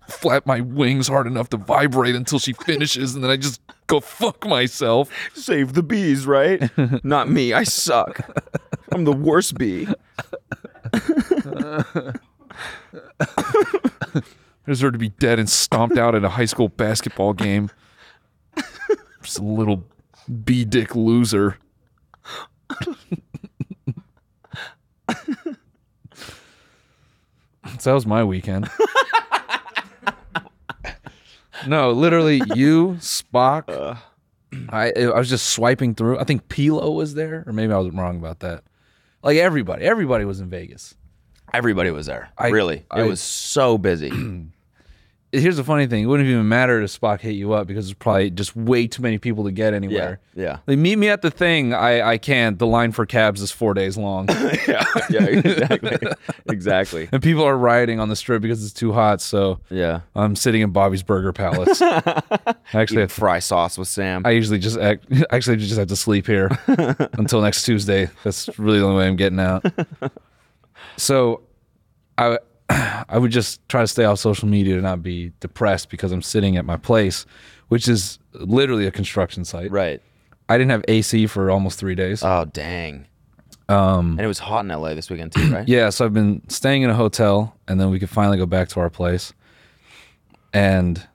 [SPEAKER 1] flap my wings hard enough to vibrate until she finishes, and then I just go fuck myself.
[SPEAKER 2] Save the bees, right? Not me. I suck. I'm the worst bee.
[SPEAKER 1] I deserve to be dead and stomped out at a high school basketball game. Just a little b dick loser. so that was my weekend. no, literally, you Spock. I I was just swiping through. I think Pilo was there, or maybe I was wrong about that. Like everybody, everybody was in Vegas.
[SPEAKER 2] Everybody was there.
[SPEAKER 1] I-
[SPEAKER 2] really.
[SPEAKER 1] I-
[SPEAKER 2] it was so busy.
[SPEAKER 1] here's the funny thing: it wouldn't even matter if Spock hit you up because there's probably just way too many people to get
[SPEAKER 2] yeah.
[SPEAKER 1] anywhere.
[SPEAKER 2] Yeah.
[SPEAKER 1] They meet me at the thing. I I can't. The line for cabs is four days long,
[SPEAKER 2] Yeah. Yeah. Exactly. exactly.
[SPEAKER 1] and people are rioting on the strip because it's too hot. So
[SPEAKER 2] Yeah.
[SPEAKER 1] I'm sitting in Bobby's Burger Palace. actually, I,
[SPEAKER 2] Eating fry sauce with Sam.
[SPEAKER 1] I usually just act, actually just have to sleep here until next Tuesday. That's really the only way I'm getting out. So, I I would just try to stay off social media to not be depressed because I'm sitting at my place, which is literally a construction site.
[SPEAKER 2] right.
[SPEAKER 1] I didn't have AC for almost three days.
[SPEAKER 2] Oh dang. Um. And it was hot in LA this weekend too, right?
[SPEAKER 1] yeah, so I've been staying in a hotel, and then we could finally go back to our place. And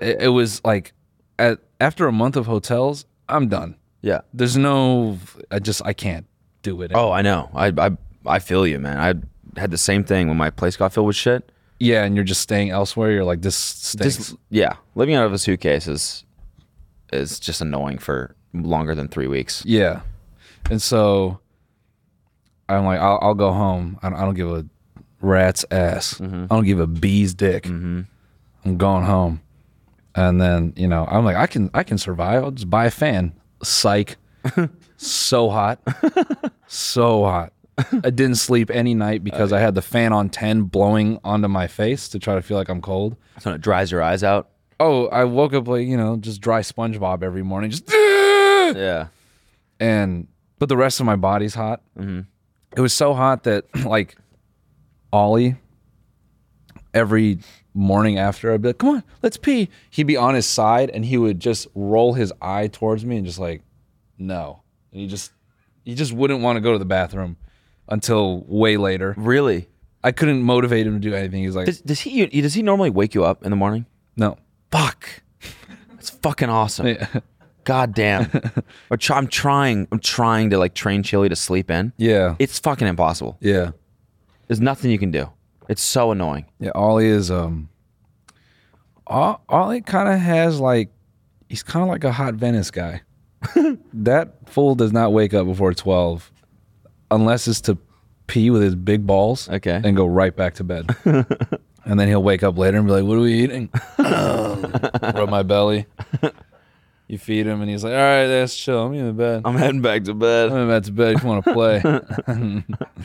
[SPEAKER 1] it, it was like, at, after a month of hotels, I'm done.
[SPEAKER 2] Yeah.
[SPEAKER 1] There's no, I just I can't do it.
[SPEAKER 2] Oh, I know. I I I feel you, man. I had the same thing when my place got filled with shit.
[SPEAKER 1] yeah, and you're just staying elsewhere. You're like this stinks.
[SPEAKER 2] Just yeah, living out of a suitcase is is just annoying for longer than three weeks.
[SPEAKER 1] yeah, and so I'm like, I'll, I'll go home. I don't, I don't give a rat's ass. I don't give a bee's dick. I'm going home, and then you know I'm like, I can I can survive. I'll just buy a fan. Psych. so hot, so hot. I didn't sleep any night because I had the fan on ten blowing onto my face to try to feel like I'm cold.
[SPEAKER 2] So it dries your eyes out.
[SPEAKER 1] Oh, I woke up like, you know, just dry SpongeBob every morning, just "Ah!"
[SPEAKER 2] Yeah,
[SPEAKER 1] and but the rest of my body's hot. It was so hot that like Ollie, every morning after, I'd be like, "Come on, let's pee." He'd be on his side and he would just roll his eye towards me and just like, "No," and he just he just wouldn't want to go to the bathroom until way later.
[SPEAKER 2] really.
[SPEAKER 1] I couldn't motivate him to do anything. He's like,
[SPEAKER 2] Does, does he does he normally wake you up in the morning?
[SPEAKER 1] "No."
[SPEAKER 2] Fuck, that's fucking awesome.
[SPEAKER 1] Yeah.
[SPEAKER 2] God damn. Or try- I'm trying. I'm trying to like train Chili to sleep in.
[SPEAKER 1] Yeah.
[SPEAKER 2] It's fucking impossible.
[SPEAKER 1] yeah.
[SPEAKER 2] There's nothing you can do. It's so annoying.
[SPEAKER 1] Yeah, Ollie is um Ol- Ollie kind of has like he's kind of like a hot Venice guy. that fool does not wake up before 12 unless it's to pee with his big balls
[SPEAKER 2] Okay.
[SPEAKER 1] and go right back to bed. and then he'll wake up later and be like, "What are we eating?" Rub my belly. You feed him and he's like, "All right, that's chill. I'm in the bed."
[SPEAKER 2] I'm heading back to bed.
[SPEAKER 1] I'm about to bed if you want to play.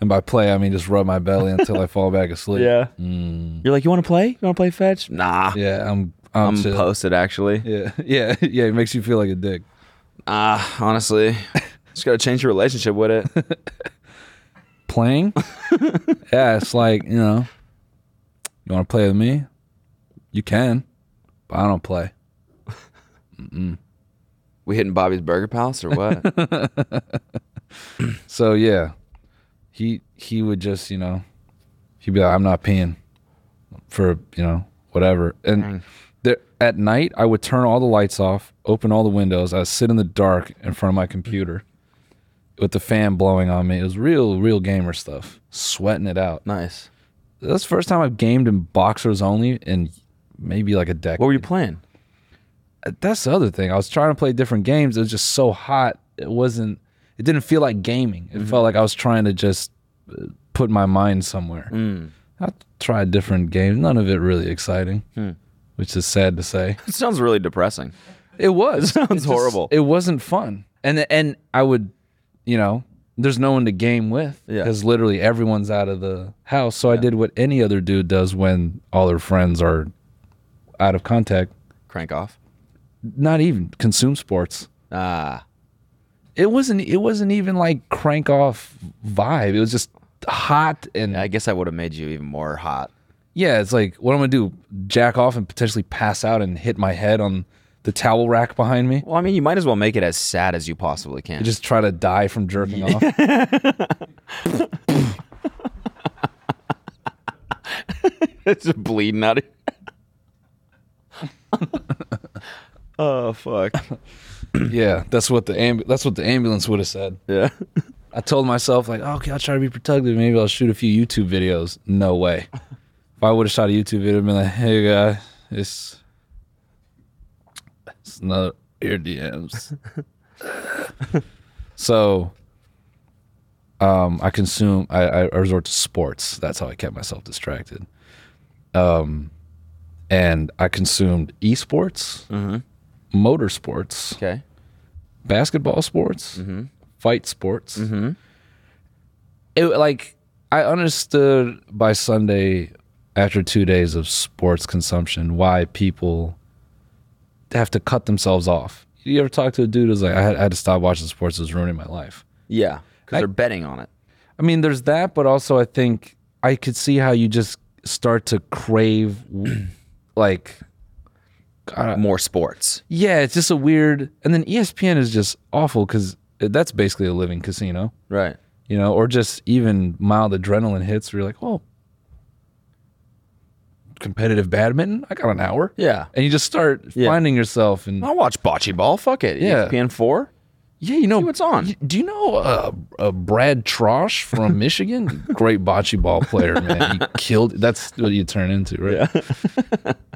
[SPEAKER 1] and by play, I mean just rub my belly until I fall back asleep.
[SPEAKER 2] Yeah. You're like, you want to play? You want to play fetch? Nah.
[SPEAKER 1] Yeah, I'm. I'm,
[SPEAKER 2] I'm
[SPEAKER 1] shit.
[SPEAKER 2] posted actually.
[SPEAKER 1] Yeah, yeah, yeah. It makes you feel like a dick.
[SPEAKER 2] Ah, honestly, just gotta change your relationship with it.
[SPEAKER 1] Playing? yeah, it's like you know. You want to play with me? You can, but I don't play.
[SPEAKER 2] We hitting Bobby's Burger Palace or what?
[SPEAKER 1] So yeah, he he would just you know, he'd be like, I'm not peeing, for you know whatever. And there, at night, I would turn all the lights off, open all the windows. I would sit in the dark in front of my computer, with the fan blowing on me. It was real, real gamer stuff, sweating it out.
[SPEAKER 2] nice.
[SPEAKER 1] That's the first time I've gamed in boxers only in maybe like a decade.
[SPEAKER 2] What were you playing?
[SPEAKER 1] That's the other thing. I was trying to play different games. It was just
[SPEAKER 2] Mm-hmm.
[SPEAKER 1] so hot. It wasn't. It didn't feel like gaming. It felt like I was trying to just uh, put my mind somewhere.
[SPEAKER 2] Mm.
[SPEAKER 1] I tried different games, none of it really exciting,
[SPEAKER 2] Hmm.
[SPEAKER 1] which is sad to say.
[SPEAKER 2] It sounds really depressing.
[SPEAKER 1] It was.
[SPEAKER 2] sounds
[SPEAKER 1] It just-
[SPEAKER 2] horrible.
[SPEAKER 1] It wasn't fun. And and I would, you know, there's no one to game with
[SPEAKER 2] Yeah.
[SPEAKER 1] because literally everyone's out of the house. So I did what any other dude does when all their friends are out of contact.
[SPEAKER 2] Crank off.
[SPEAKER 1] Not even consume sports.
[SPEAKER 2] Ah,
[SPEAKER 1] It wasn't. It wasn't even like crank off vibe. It was just hot and
[SPEAKER 2] I guess I would have made you even more hot.
[SPEAKER 1] yeah. It's like what I'm gonna do: jack off and potentially pass out and hit my head on the towel rack behind me.
[SPEAKER 2] Well, I mean, you might as well make it as sad as you possibly can.
[SPEAKER 1] just try to die from jerking off.
[SPEAKER 2] it's just bleeding out. Of oh fuck!
[SPEAKER 1] Yeah, that's what the amb- that's what the ambulance would have said.
[SPEAKER 2] Yeah.
[SPEAKER 1] I told myself like, oh, okay, I'll try to be productive. Maybe I'll shoot a few YouTube videos. No way. If I would have shot a YouTube video, I'd been like, hey guy, it's it's another ear DMs. so, um, I consume. I, I I resort to sports. That's how I kept myself distracted. Um, and I consumed esports, motorsports
[SPEAKER 2] Okay.
[SPEAKER 1] basketball sports, fight sports. It like I understood by Sunday after two days of sports consumption why people have to cut themselves off. You ever talk to a dude who's like, I had, I had to stop watching sports; it was ruining my life.
[SPEAKER 2] Yeah, because
[SPEAKER 1] I-
[SPEAKER 2] they're betting on it.
[SPEAKER 1] I mean, there's that, but also I think I could see how you just start to crave, like,
[SPEAKER 2] More sports.
[SPEAKER 1] yeah, it's just a weird. And then E ESPN is just awful because that's basically a living casino.
[SPEAKER 2] Right.
[SPEAKER 1] you know, or just even mild adrenaline hits where you're like, oh, competitive badminton, I got an hour.
[SPEAKER 2] Yeah.
[SPEAKER 1] And you just start
[SPEAKER 2] Yeah.
[SPEAKER 1] finding yourself and,
[SPEAKER 2] I'll watch bocce ball. Fuck it. E
[SPEAKER 1] Yeah.
[SPEAKER 2] ESPN four.
[SPEAKER 1] yeah, you know,
[SPEAKER 2] what's on.
[SPEAKER 1] y- Do you know uh, uh, Brad Trosh from Michigan? Great bocce ball player, man. He killed, that's what you turn into, right?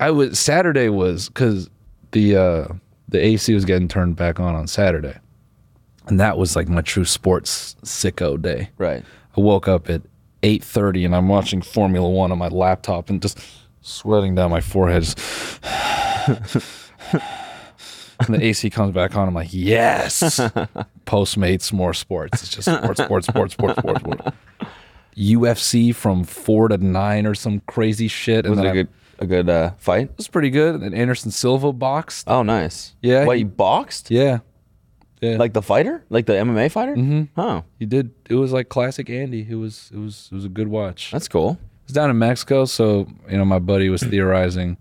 [SPEAKER 1] I was, Saturday was, because the, uh, the AC was getting turned back on on Saturday. And that was like my true sports sicko day.
[SPEAKER 2] Right.
[SPEAKER 1] I woke up at 8:30 and I'm watching Formula 1 on my laptop and just sweating down my forehead. just and the AC comes back on. I'm like, "Yes." Postmates more sports. It's just sports, sports, sports, sports, sports, sports. UFC from 4 to 9 or some crazy shit
[SPEAKER 2] Was
[SPEAKER 1] and then
[SPEAKER 2] it a
[SPEAKER 1] I-
[SPEAKER 2] good a good uh, fight?
[SPEAKER 1] it was pretty good. And Anderson Silva boxed.
[SPEAKER 2] Oh, nice.
[SPEAKER 1] Yeah.
[SPEAKER 2] What you boxed?
[SPEAKER 1] Yeah. Yeah.
[SPEAKER 2] Like the fighter? Like the MMA fighter? Mm-hmm. Oh,
[SPEAKER 1] he did it was like classic Andy. It was it was it was a good watch.
[SPEAKER 2] that's cool.
[SPEAKER 1] It's down in Mexico, so you know my buddy was theorizing.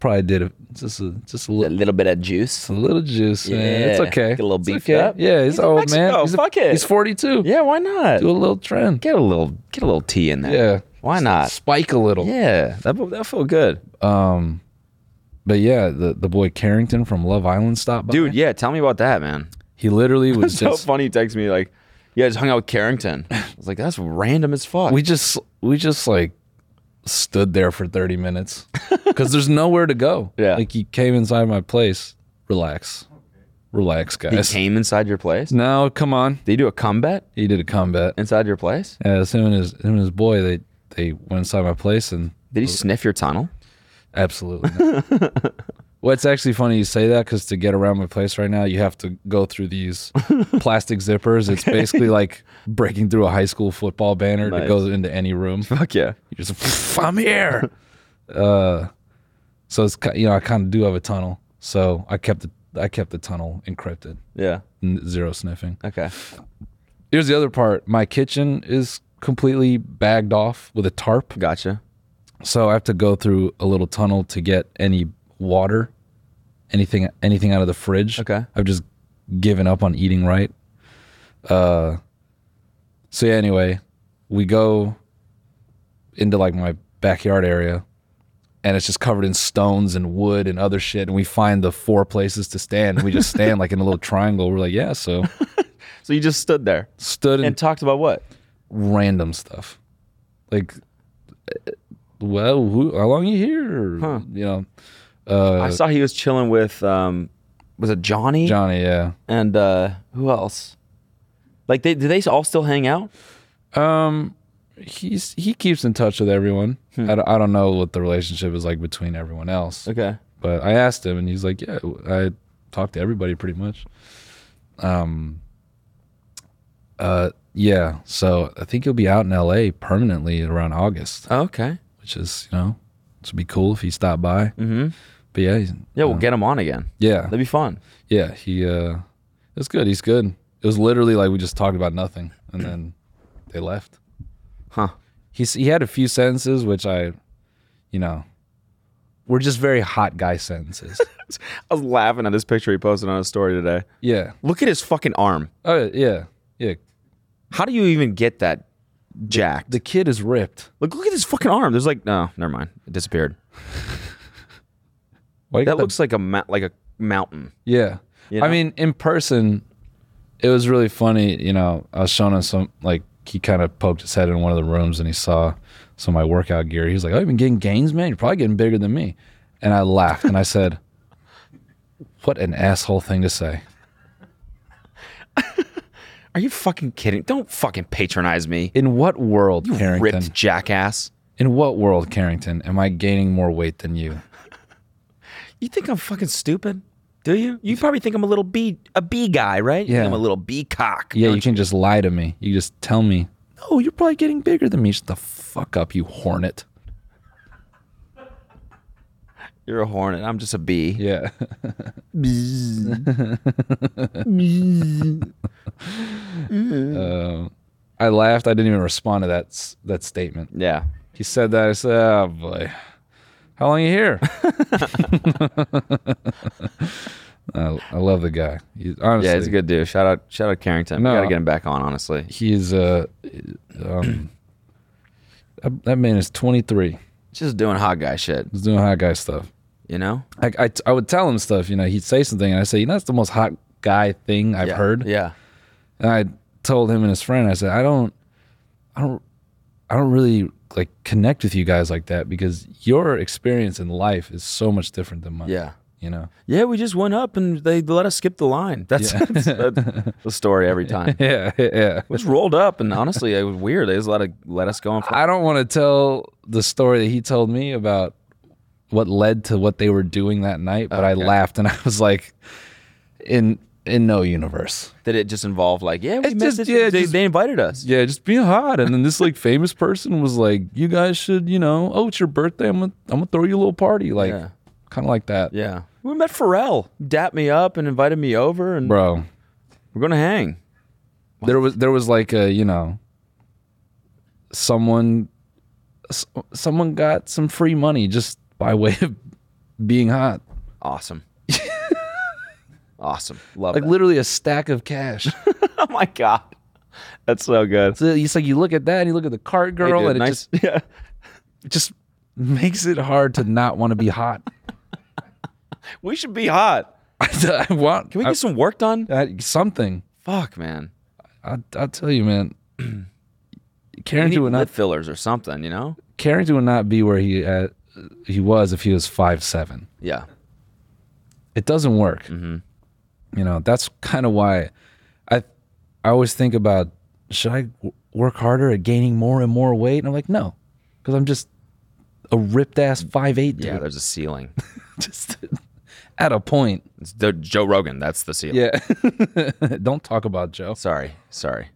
[SPEAKER 1] Probably did a, just a just a
[SPEAKER 2] A
[SPEAKER 1] little,
[SPEAKER 2] little bit of juice.
[SPEAKER 1] a little juice. man. it's
[SPEAKER 2] Yeah,
[SPEAKER 1] okay.
[SPEAKER 2] get a little
[SPEAKER 1] It's
[SPEAKER 2] beefed
[SPEAKER 1] okay.
[SPEAKER 2] up.
[SPEAKER 1] Yeah, he's,
[SPEAKER 2] He's in
[SPEAKER 1] old man.
[SPEAKER 2] Mexico,
[SPEAKER 1] He's
[SPEAKER 2] fuck it.
[SPEAKER 1] He's forty two.
[SPEAKER 2] Yeah, why not?
[SPEAKER 1] do a little trend.
[SPEAKER 2] Get a little get a little tea in there.
[SPEAKER 1] Yeah,
[SPEAKER 2] Why not?
[SPEAKER 1] Spike a little.
[SPEAKER 2] Yeah, that that felt good,
[SPEAKER 1] But yeah, the the boy Carrington from Love Island stopped by.
[SPEAKER 2] dude. Yeah, tell me about that, man.
[SPEAKER 1] he literally was
[SPEAKER 2] It's so
[SPEAKER 1] just.
[SPEAKER 2] funny. He texts me like, "Yeah, I just hung out with Carrington." I was like, "That's random as fuck."
[SPEAKER 1] We just we just like stood there for thirty minutes because there's nowhere to go.
[SPEAKER 2] Yeah.
[SPEAKER 1] like he came inside my place. Relax, relax,
[SPEAKER 2] he
[SPEAKER 1] guys.
[SPEAKER 2] came inside your place.
[SPEAKER 1] No, come on.
[SPEAKER 2] Did he do a combat
[SPEAKER 1] He did a combat.
[SPEAKER 2] inside your place?
[SPEAKER 1] Yeah, it's him and his him and his boy. They they went inside my place and
[SPEAKER 2] Did he sniff your tunnel?
[SPEAKER 1] absolutely. not. well, it's actually funny you say that because to get around my place right now, you have to go through these plastic zippers. It's basically like breaking through a high school football banner that
[SPEAKER 2] Nice.
[SPEAKER 1] goes into any room.
[SPEAKER 2] Fuck yeah.
[SPEAKER 1] You're just "Pff, I'm here. Uh, so it's ki- you know I kind of do have a tunnel, so I kept the I kept the tunnel encrypted,
[SPEAKER 2] Yeah.
[SPEAKER 1] N- zero sniffing.
[SPEAKER 2] Okay.
[SPEAKER 1] Here's the other part. My kitchen is completely bagged off with a tarp.
[SPEAKER 2] Gotcha.
[SPEAKER 1] so I have to go through a little tunnel to get any water, anything anything out of the fridge.
[SPEAKER 2] Okay.
[SPEAKER 1] I've just given up on eating right. Uh so yeah, anyway, we go into like my backyard area and it's just covered in stones and wood and other shit and we find the four places to stand and we just stand like in a little triangle. We're like, yeah, so
[SPEAKER 2] So you just stood there
[SPEAKER 1] stood and
[SPEAKER 2] and talked about what?
[SPEAKER 1] random stuff. Like, uh, well, who, how long you here? Or, You know,
[SPEAKER 2] I saw he was chilling with um was it Johnny?
[SPEAKER 1] Johnny, yeah.
[SPEAKER 2] and uh who else? Like, they, do they all still hang out?
[SPEAKER 1] He's he keeps in touch with everyone. I, don't, I don't know what the relationship is like between everyone else.
[SPEAKER 2] Okay.
[SPEAKER 1] But I asked him, and he's like, "Yeah, I talked to everybody pretty much." Um. Uh. Yeah. So I think he'll be out in L.A. permanently around August,
[SPEAKER 2] Okay.
[SPEAKER 1] which is you know, it would be cool if he stopped by. Mm-hmm. But yeah, he's,
[SPEAKER 2] Uh. Yeah, we'll get them on again.
[SPEAKER 1] yeah,
[SPEAKER 2] That'd be fun.
[SPEAKER 1] yeah. He uh, it's good. He's good. It was literally like we just talked about nothing, and then they left.
[SPEAKER 2] Huh.
[SPEAKER 1] He s- he had a few sentences which I, you know, were just very hot guy sentences.
[SPEAKER 2] I was laughing at this picture he posted on his story today.
[SPEAKER 1] yeah.
[SPEAKER 2] Look at his fucking arm.
[SPEAKER 1] Oh yeah. Yeah.
[SPEAKER 2] How do you even get that jacked?
[SPEAKER 1] The kid is ripped.
[SPEAKER 2] Look, look at his fucking arm. There's like, no, never mind. It disappeared.
[SPEAKER 1] Why you
[SPEAKER 2] That
[SPEAKER 1] got the-
[SPEAKER 2] looks like a mou- like a mountain.
[SPEAKER 1] Yeah.
[SPEAKER 2] You
[SPEAKER 1] I
[SPEAKER 2] know?
[SPEAKER 1] mean, in person, it was really funny. You know, I was showing him some, like, he kind of poked his head in one of the rooms and he saw some of my workout gear. He was like, Oh, you've been getting gains, man? You're probably getting bigger than me. And I laughed and I said, What an asshole thing to say.
[SPEAKER 2] Are you fucking kidding? Don't fucking patronize me.
[SPEAKER 1] In what world, Carrington?
[SPEAKER 2] Ripped jackass.
[SPEAKER 1] In what world, Carrington, am I gaining more weight than you?
[SPEAKER 2] You think I'm fucking stupid? Do you? You probably think I'm a little bee a bee guy, right? You think
[SPEAKER 1] Yeah.
[SPEAKER 2] I'm a little bee cock.
[SPEAKER 1] Yeah,
[SPEAKER 2] don't
[SPEAKER 1] you can just lie to me. You just tell me, Oh, you're probably getting bigger than me. Shut the fuck up, you hornet.
[SPEAKER 2] you? are a hornet. I'm just a bee.
[SPEAKER 1] Yeah. Um, I laughed. I didn't even respond to that s- that statement.
[SPEAKER 2] Yeah.
[SPEAKER 1] He said that. I said, "Oh boy, how long you here?" I, I love the guy. He, honestly,
[SPEAKER 2] Yeah, he's a good dude. Shout out, shout out Carrington.
[SPEAKER 1] No.
[SPEAKER 2] we gotta get him back on. Honestly,
[SPEAKER 1] He is. Uh, um, that, that man is 23.
[SPEAKER 2] just doing hot guy shit.
[SPEAKER 1] He's doing hot guy stuff.
[SPEAKER 2] You know?
[SPEAKER 1] I, I, I would tell him stuff. You know, he'd say something, and I say, "You know, that's the most hot guy thing I've
[SPEAKER 2] Yeah.
[SPEAKER 1] heard."
[SPEAKER 2] Yeah.
[SPEAKER 1] And I told him and his friend, I said, I don't, I don't, I don't really like connect with you guys like that because your experience in life is so much different than mine.
[SPEAKER 2] Yeah.
[SPEAKER 1] You know?
[SPEAKER 2] Yeah, we just went up and they let us skip the line. That's, that's, that's the story every time.
[SPEAKER 1] Yeah. Yeah.
[SPEAKER 2] We just rolled up and honestly, it was weird. They just let, it, let us go on.
[SPEAKER 1] I don't want to tell the story that he told me about what led to what they were doing that night, but I laughed and I was like, in, in no universe.
[SPEAKER 2] Did it just involve like, yeah, we
[SPEAKER 1] It's
[SPEAKER 2] met
[SPEAKER 1] just-
[SPEAKER 2] this,
[SPEAKER 1] yeah,
[SPEAKER 2] they,
[SPEAKER 1] just-
[SPEAKER 2] they invited us.
[SPEAKER 1] Yeah, just being hot. And then this like famous person was like, you guys should, you know, oh, it's your birthday. I'm going to I'm gonna throw you a little party. Like,
[SPEAKER 2] Yeah.
[SPEAKER 1] kind of like that.
[SPEAKER 2] Yeah. We met Pharrell. Dapped me up and invited me over and
[SPEAKER 1] Bro,
[SPEAKER 2] we're gonna hang.
[SPEAKER 1] there was there was like a you know someone s- someone got some free money just by way of being hot
[SPEAKER 2] Awesome. awesome. Love
[SPEAKER 1] like
[SPEAKER 2] that.
[SPEAKER 1] literally a stack of cash
[SPEAKER 2] oh my god. That's so good.
[SPEAKER 1] so it's like you look at that and you look at the cart
[SPEAKER 2] Hey,
[SPEAKER 1] girl
[SPEAKER 2] dude,
[SPEAKER 1] and
[SPEAKER 2] nice-
[SPEAKER 1] it
[SPEAKER 2] yeah.
[SPEAKER 1] just, just makes it hard to not want to be hot
[SPEAKER 2] We should be hot.
[SPEAKER 1] i want
[SPEAKER 2] Can we get some work done?
[SPEAKER 1] I- I- something
[SPEAKER 2] Fuck, man.
[SPEAKER 1] I, i'll tell you man
[SPEAKER 2] We
[SPEAKER 1] Carrington
[SPEAKER 2] need
[SPEAKER 1] would
[SPEAKER 2] lip
[SPEAKER 1] not
[SPEAKER 2] fillers or something, you know?
[SPEAKER 1] Carrington would not be where he at, he was if he was five seven.
[SPEAKER 2] Yeah.
[SPEAKER 1] it doesn't work. You know, that's kind of why I I always think about should I w- work harder at gaining more and more weight? And I'm like, no, because I'm just a ripped ass five eight dude,
[SPEAKER 2] Yeah, there's a ceiling.
[SPEAKER 1] just at a point.
[SPEAKER 2] It's the Joe Rogan, that's the ceiling.
[SPEAKER 1] Yeah, don't talk about Joe.
[SPEAKER 2] Sorry. Sorry.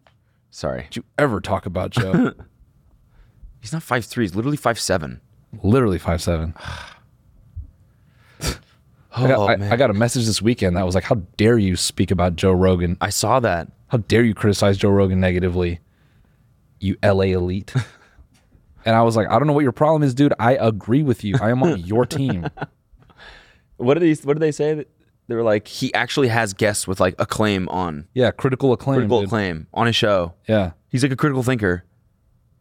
[SPEAKER 2] Sorry.
[SPEAKER 1] Don't you ever talk about Joe?
[SPEAKER 2] He's not five three, he's literally five seven.
[SPEAKER 1] Literally five seven. I, got, I- I got a message this weekend that was like, "How dare you speak about Joe Rogan?
[SPEAKER 2] I saw that.
[SPEAKER 1] How dare you criticize Joe Rogan negatively, you LA elite? and I was like, I don't know what your problem is, dude. I agree with you. I am on your team.
[SPEAKER 2] What did he? What did they say? They were like, he actually has guests with like acclaim on
[SPEAKER 1] Yeah, critical acclaim.
[SPEAKER 2] critical
[SPEAKER 1] dude.
[SPEAKER 2] acclaim on his show.
[SPEAKER 1] Yeah.
[SPEAKER 2] He's like a critical thinker.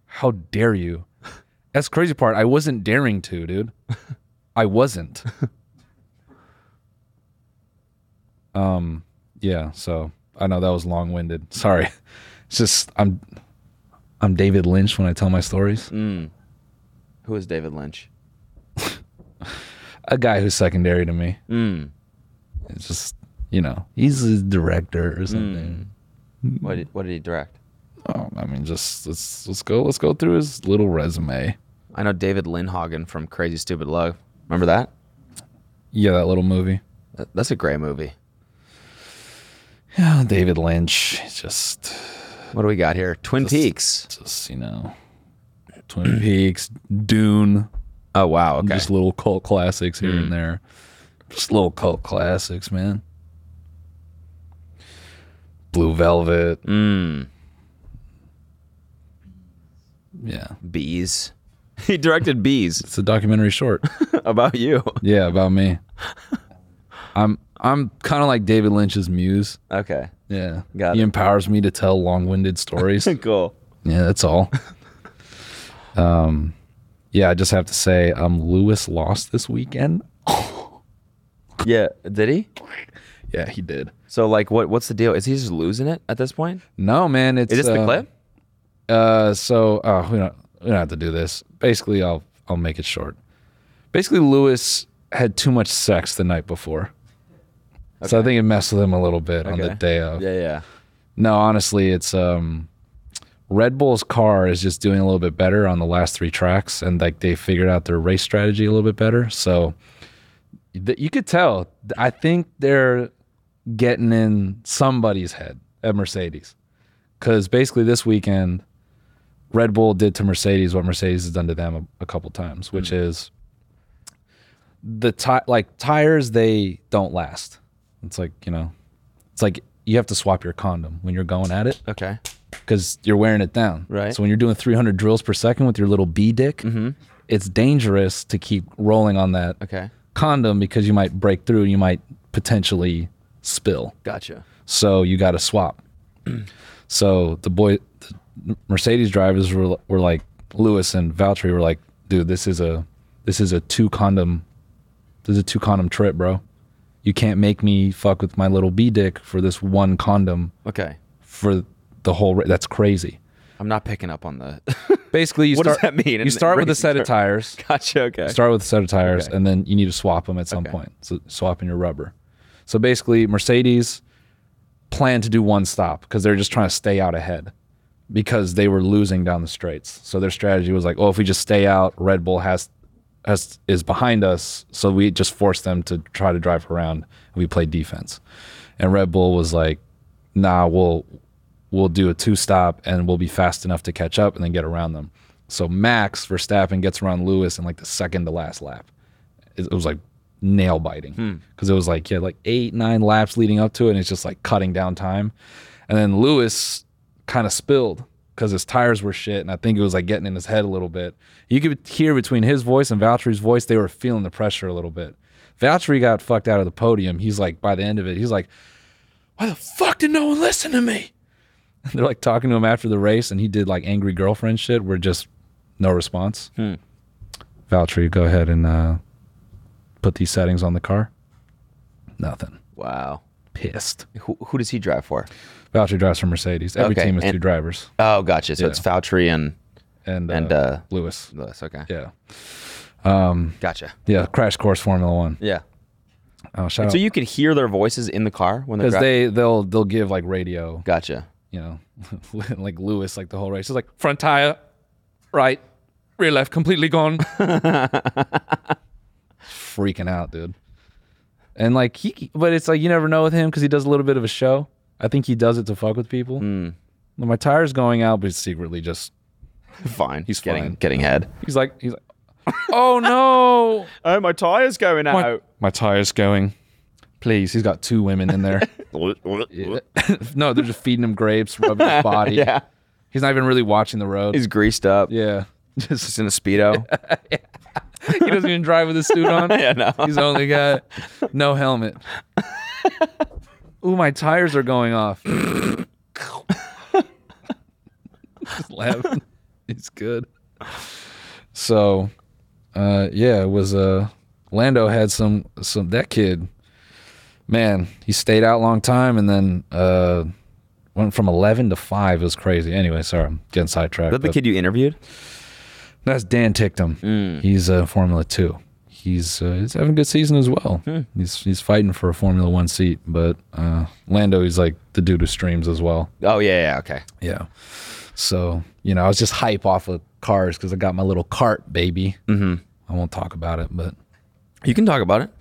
[SPEAKER 1] How dare you? That's the crazy part. I wasn't daring to, dude. I wasn't. um, Um, yeah, so I know that was long winded. Sorry. It's just I'm I'm David Lynch when I tell my stories.
[SPEAKER 2] Who is David Lynch?
[SPEAKER 1] a guy who's secondary to Mm. Mm. me. It's just you know he's a director or something.
[SPEAKER 2] What did, what did he direct?
[SPEAKER 1] Oh, I mean, just let's let's go let's go through his little resume.
[SPEAKER 2] I know David Lindhagen from Crazy Stupid Love. Remember that?
[SPEAKER 1] Yeah, that little movie.
[SPEAKER 2] That- That's a great movie.
[SPEAKER 1] Yeah, Oh, David Lynch. he's Just
[SPEAKER 2] What do we got here? Twin Peaks.
[SPEAKER 1] just you know, Twin Peaks, Dune.
[SPEAKER 2] Oh wow. Okay.
[SPEAKER 1] Just little cult classics here and there. Just little cult classics, man. Blue Velvet. Mm. Yeah.
[SPEAKER 2] bees. He directed Bees
[SPEAKER 1] It's a documentary short.
[SPEAKER 2] about you.
[SPEAKER 1] yeah, about me. I'm I'm kind of like David Lynch's muse.
[SPEAKER 2] Okay.
[SPEAKER 1] Yeah.
[SPEAKER 2] Got
[SPEAKER 1] he
[SPEAKER 2] it.
[SPEAKER 1] empowers me to tell long-winded stories.
[SPEAKER 2] Cool.
[SPEAKER 1] Yeah, that's all. um, yeah, I just have to say, um, Lewis lost this weekend.
[SPEAKER 2] Yeah. Did he?
[SPEAKER 1] Yeah, he did.
[SPEAKER 2] So like, what what's the deal? Is he just losing it at this point?
[SPEAKER 1] No, man, it's
[SPEAKER 2] Is this the
[SPEAKER 1] uh,
[SPEAKER 2] clip?
[SPEAKER 1] Uh, so uh, we don't we don't have to do this. Basically, I'll I'll make it short. Basically, Lewis had too much sex the night before, so I think it messed with him a little bit on the
[SPEAKER 2] Okay.
[SPEAKER 1] day of.
[SPEAKER 2] Yeah. Yeah.
[SPEAKER 1] No, honestly, it's um, Red Bull's car is just doing a little bit better on the last three tracks, and like they figured out their race strategy a little bit better. So th- you could tell. I think they're getting in somebody's head at Mercedes, because basically this weekend, Red Bull did to Mercedes what Mercedes has done to them a, a couple times, which is the ti- like tires they don't last. It's like you know, it's like you have to swap your condom when you're going at it
[SPEAKER 2] Okay.
[SPEAKER 1] because you're wearing it down.
[SPEAKER 2] Right. Mm-hmm.
[SPEAKER 1] So when you're doing 300 drills per second with your little B dick, it's dangerous to keep rolling on that
[SPEAKER 2] Okay.
[SPEAKER 1] condom because you might break through. You might potentially spill.
[SPEAKER 2] Gotcha.
[SPEAKER 1] So you got to swap. so the boy, the Mercedes drivers were, were like Lewis and Valtteri were like, dude, this is a this is a two condom, this is a two condom trip, bro. You can't make me fuck with my little B dick for this one condom
[SPEAKER 2] Okay.
[SPEAKER 1] for the whole. Ra- that's crazy.
[SPEAKER 2] I'm not picking up on the.
[SPEAKER 1] Basically, you
[SPEAKER 2] What does
[SPEAKER 1] start.
[SPEAKER 2] that mean?
[SPEAKER 1] You start with a
[SPEAKER 2] Racing
[SPEAKER 1] set of
[SPEAKER 2] car-
[SPEAKER 1] tires.
[SPEAKER 2] gotcha. Okay.
[SPEAKER 1] Start with a set of tires,
[SPEAKER 2] Okay.
[SPEAKER 1] and then you need to swap them at some
[SPEAKER 2] Okay.
[SPEAKER 1] point. So swapping your rubber. So basically, Mercedes planned to do one stop because they're just trying to stay out ahead because they were losing down the straights. So their strategy was like, oh, if we just stay out, Red Bull has has is behind us, so we just force them to try to drive around and we play defense. And Red Bull was like, nah, we'll we'll do a two stop and we'll be fast enough to catch up and then get around them. So Max Verstappen gets around Lewis in like the second to last lap. It, it was like nail biting because it was like yeah, like eight nine laps leading up to it, and it's just like cutting down time. And then Lewis kind of spilled because his tires were shit, and I think it was like getting in his head a little bit. You could hear between his voice and Valtteri's voice, they were feeling the pressure a little bit. Valtteri got fucked out of the podium. He's like, by the end of it, he's like, why the fuck did no one listen to me? they're like talking to him after the race, and he did like angry girlfriend shit where just no response.
[SPEAKER 2] Hmm.
[SPEAKER 1] Valtteri, go ahead and uh, put these settings on the car. Nothing.
[SPEAKER 2] wow.
[SPEAKER 1] Pissed.
[SPEAKER 2] Who, who does he drive for?
[SPEAKER 1] Valtteri drives for Mercedes. Every
[SPEAKER 2] Okay,
[SPEAKER 1] team has
[SPEAKER 2] and-
[SPEAKER 1] two drivers.
[SPEAKER 2] Oh, gotcha. So it's
[SPEAKER 1] Yeah.
[SPEAKER 2] Fauci and
[SPEAKER 1] And,
[SPEAKER 2] and
[SPEAKER 1] uh,
[SPEAKER 2] uh,
[SPEAKER 1] Lewis.
[SPEAKER 2] Lewis. Okay.
[SPEAKER 1] Yeah.
[SPEAKER 2] Gotcha.
[SPEAKER 1] Yeah. Crash course Formula One.
[SPEAKER 2] Yeah.
[SPEAKER 1] Oh, shout out.
[SPEAKER 2] So you could hear their voices in the car when they're
[SPEAKER 1] because they
[SPEAKER 2] dri-
[SPEAKER 1] they'll they'll give like radio,
[SPEAKER 2] Gotcha.
[SPEAKER 1] you know, like Lewis like the whole race. It's like front tire, right, rear left completely gone. Freaking out, dude. And like he, but it's like you never know with him because he does a little bit of a show. I think he does it to fuck with people. Well, My tire's going out, but he's secretly just
[SPEAKER 2] Fine. He's getting
[SPEAKER 1] fine.
[SPEAKER 2] getting head.
[SPEAKER 1] he's like he's like, oh no,
[SPEAKER 2] Oh, my tire's going
[SPEAKER 1] my, my tire's going. Please, he's got two women in there. no, they're just feeding him grapes, rubbing his body.
[SPEAKER 2] Yeah.
[SPEAKER 1] He's not even really watching the road.
[SPEAKER 2] He's greased up.
[SPEAKER 1] yeah. Just
[SPEAKER 2] Just in a speedo.
[SPEAKER 1] he doesn't even drive with his suit on.
[SPEAKER 2] yeah. No.
[SPEAKER 1] He's only got no helmet. Ooh, my tires are going off. Just laughing. He's good. So, uh, yeah, it was uh, Lando had some some that kid. Man, he stayed out a long time and then uh, went from eleven to five. It was crazy. Anyway, sorry, I'm getting sidetracked.
[SPEAKER 2] Is that the
[SPEAKER 1] but-
[SPEAKER 2] kid you interviewed?
[SPEAKER 1] Mm. that's Dan Tictum. He's uh, Formula Two. he's uh, he's having a good season as well. He's he's fighting for a Formula One seat, but uh, Lando he's like the dude who streams as well.
[SPEAKER 2] Oh yeah, yeah, okay.
[SPEAKER 1] Yeah. So you know, I was just hype off of cars because I got my little cart, baby. Mm-hmm. I won't talk about it, but
[SPEAKER 2] You can talk about it.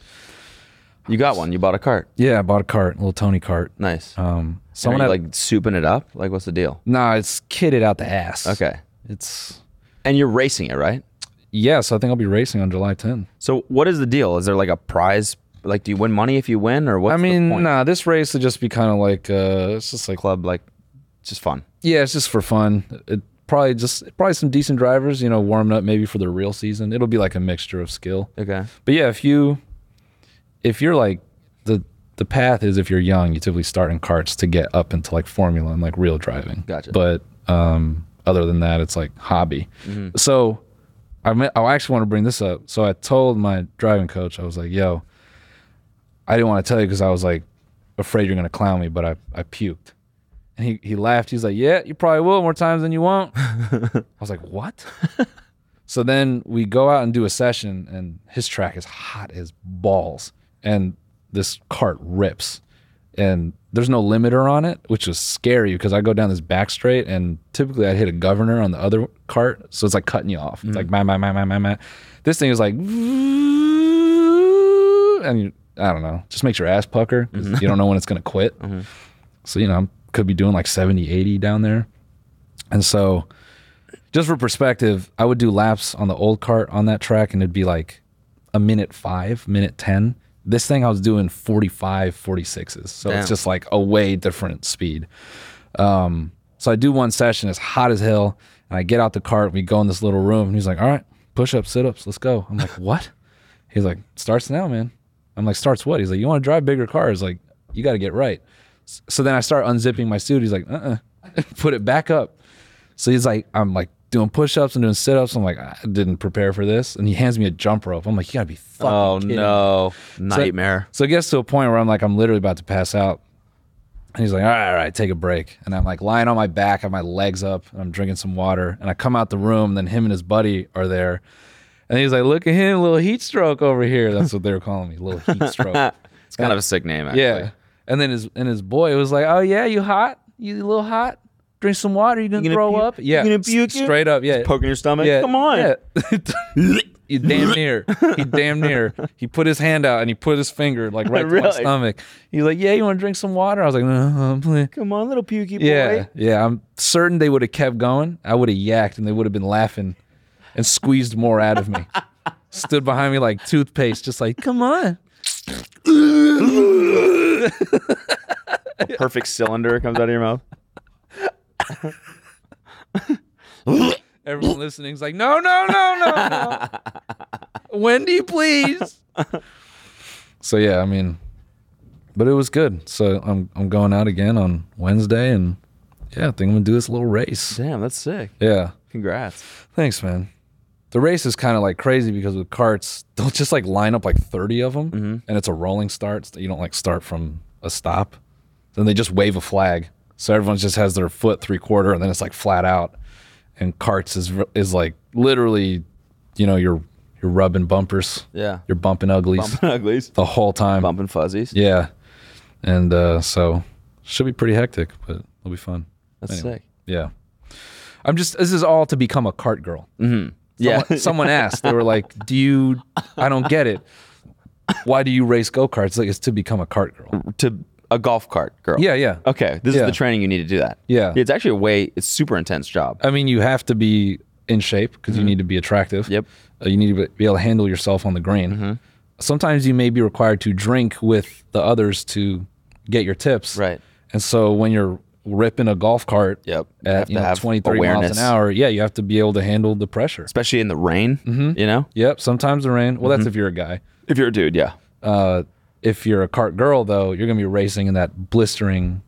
[SPEAKER 2] You got one. You bought a cart.
[SPEAKER 1] yeah, I bought a cart, a little Tony cart.
[SPEAKER 2] Nice.
[SPEAKER 1] Um,
[SPEAKER 2] Are
[SPEAKER 1] someone had-
[SPEAKER 2] you, like souping it up? Like what's the deal?
[SPEAKER 1] nah, it's kitted out the ass.
[SPEAKER 2] Okay.
[SPEAKER 1] it's
[SPEAKER 2] And you're racing it, right?
[SPEAKER 1] yeah. So I think I'll be racing on July 10.
[SPEAKER 2] So what is the deal? Is there like a prize? Like, do you win money if you win, or what?
[SPEAKER 1] I mean, nah, this race would just be kind of like uh, it's just like
[SPEAKER 2] club like, just fun.
[SPEAKER 1] yeah, it's just for fun. It probably just probably some decent drivers, you know, warming up maybe for the real season. It'll be like a mixture of skill.
[SPEAKER 2] Okay.
[SPEAKER 1] But yeah, if you if you're like the the path is if you're young, you typically start in carts to get up into like formula and like real driving.
[SPEAKER 2] Gotcha.
[SPEAKER 1] But um, other than that, it's like hobby. So I mean, I actually want to bring this up. So I told my driving coach, I was like, "Yo, I didn't want to tell you because I was like afraid you're gonna clown me, but I I puked." And he, he laughed. He's like, Yeah, you probably will more times than you won't. I was like, What? So then we go out and do a session, and his track is hot as balls, and this cart rips, and there's no limiter on it, which was scary because I go down this back straight, and typically I'd hit a governor on the other cart, so it's like cutting you off. It's like my my my my my my. This thing is like, and you, I don't know, just makes your ass pucker. 'cause You don't know when it's gonna quit. So you know, I'm, could be doing like 70, 80 down there, and so just for perspective, I would do laps on the old cart on that track and it'd be like a minute five, minute 10. This thing I was doing 45, 46s. So
[SPEAKER 2] Damn.
[SPEAKER 1] it's just like a way different speed. Um, so I do one session, it's hot as hell. And I get out the cart, we go in this little room. And he's like, all right, push ups, sit ups, let's go. I'm like, what? He's like, starts now, man. I'm like, starts what? He's like, you want to drive bigger cars? Like, you got to get right. S- So then I start unzipping my suit. He's like, uh uh put it back up. So he's like, I'm like doing push ups and doing sit ups. I'm like, I didn't prepare for this. And he hands me a jump rope. I'm like, you gotta be fucking
[SPEAKER 2] Oh
[SPEAKER 1] kidding me."
[SPEAKER 2] no, nightmare.
[SPEAKER 1] So it gets to a point where I'm like, I'm literally about to pass out. And he's like, all right, all right, take a break. And I'm like lying on my back, I have my legs up, and I'm drinking some water. And I come out the room, then him and his buddy are there. And he's like, look at him, little heat stroke over here. That's what they were calling me, little heat stroke.
[SPEAKER 2] it's kind of a sick name, actually.
[SPEAKER 1] uh, yeah. And then his and his boy was like, oh yeah, you hot? You a little hot? Drink some water. You gonna,
[SPEAKER 2] gonna
[SPEAKER 1] throw
[SPEAKER 2] puke-
[SPEAKER 1] up? Yeah.
[SPEAKER 2] you gonna
[SPEAKER 1] s-
[SPEAKER 2] puke it?
[SPEAKER 1] Straight up. Yeah.
[SPEAKER 2] Poking your stomach. Come on.
[SPEAKER 1] Yeah. he damn near. He damn near. He put his hand out and he put his finger like right to my
[SPEAKER 2] Really?
[SPEAKER 1] stomach. He's like, "Yeah, you want to drink some water?" I was like, "Uh, "No, please."
[SPEAKER 2] Come on, little pukey
[SPEAKER 1] Yeah,
[SPEAKER 2] boy.
[SPEAKER 1] yeah. I'm certain they would have kept going. I would have yacked and they would have been laughing and squeezed more out of me. Stood behind me like toothpaste, just like, "Come on."
[SPEAKER 2] A perfect cylinder comes out of your mouth.
[SPEAKER 1] Everyone listening's like, "No, no, no, no, no." Wendy, please. so yeah, I mean, but it was good. So I'm I'm going out again on Wednesday, and yeah, I think I'm gonna do this little race.
[SPEAKER 2] Damn, that's sick.
[SPEAKER 1] Yeah,
[SPEAKER 2] Congrats.
[SPEAKER 1] thanks, man. The race is kind of like crazy because with carts, they'll just like line up like 30 of them, and it's a rolling start. So you don't like start from a stop. Then they just wave a flag, so everyone just has their foot three quarter, and then it's like flat out. And carts is is like literally, you know, you're you're rubbing bumpers,
[SPEAKER 2] Yeah.
[SPEAKER 1] you're bumping uglies
[SPEAKER 2] Uglies.
[SPEAKER 1] the whole time.
[SPEAKER 2] Bumping fuzzies.
[SPEAKER 1] Yeah, and uh, so should be pretty hectic, but it'll be fun.
[SPEAKER 2] That's sick.
[SPEAKER 1] Yeah. I'm just, this is all to become a cart girl.
[SPEAKER 2] Mm-hmm. Yeah.
[SPEAKER 1] Someone, someone asked, they were like, Do you, I don't get it. Why do you race go karts? Like, it's to become a cart girl.
[SPEAKER 2] to a golf cart girl.
[SPEAKER 1] Yeah, yeah.
[SPEAKER 2] Okay. This
[SPEAKER 1] Yeah.
[SPEAKER 2] is the training you need to do that.
[SPEAKER 1] Yeah. Uh,
[SPEAKER 2] It's actually a way. It's super intense job.
[SPEAKER 1] I mean, you have to be in shape because you need to be attractive.
[SPEAKER 2] Mm-hmm. Yep. Mm-hmm.
[SPEAKER 1] Uh, you need to be- be able to handle yourself on the green. Sometimes you may be required to drink with the others to get your tips.
[SPEAKER 2] Right.
[SPEAKER 1] And so when you're ripping a golf cart
[SPEAKER 2] Yep. You have
[SPEAKER 1] at you
[SPEAKER 2] to
[SPEAKER 1] know,
[SPEAKER 2] have
[SPEAKER 1] 23 miles
[SPEAKER 2] awareness.
[SPEAKER 1] an hour, yeah, you have to be able to handle the pressure.
[SPEAKER 2] Especially in the rain.
[SPEAKER 1] Mm-hmm.
[SPEAKER 2] You know,
[SPEAKER 1] Yep. Sometimes the rain. Well,
[SPEAKER 2] Mm-hmm.
[SPEAKER 1] that's if you're a guy.
[SPEAKER 2] if you're a dude, yeah.
[SPEAKER 1] Uh, if you're a cart girl, though, you're gonna be racing in that blistering,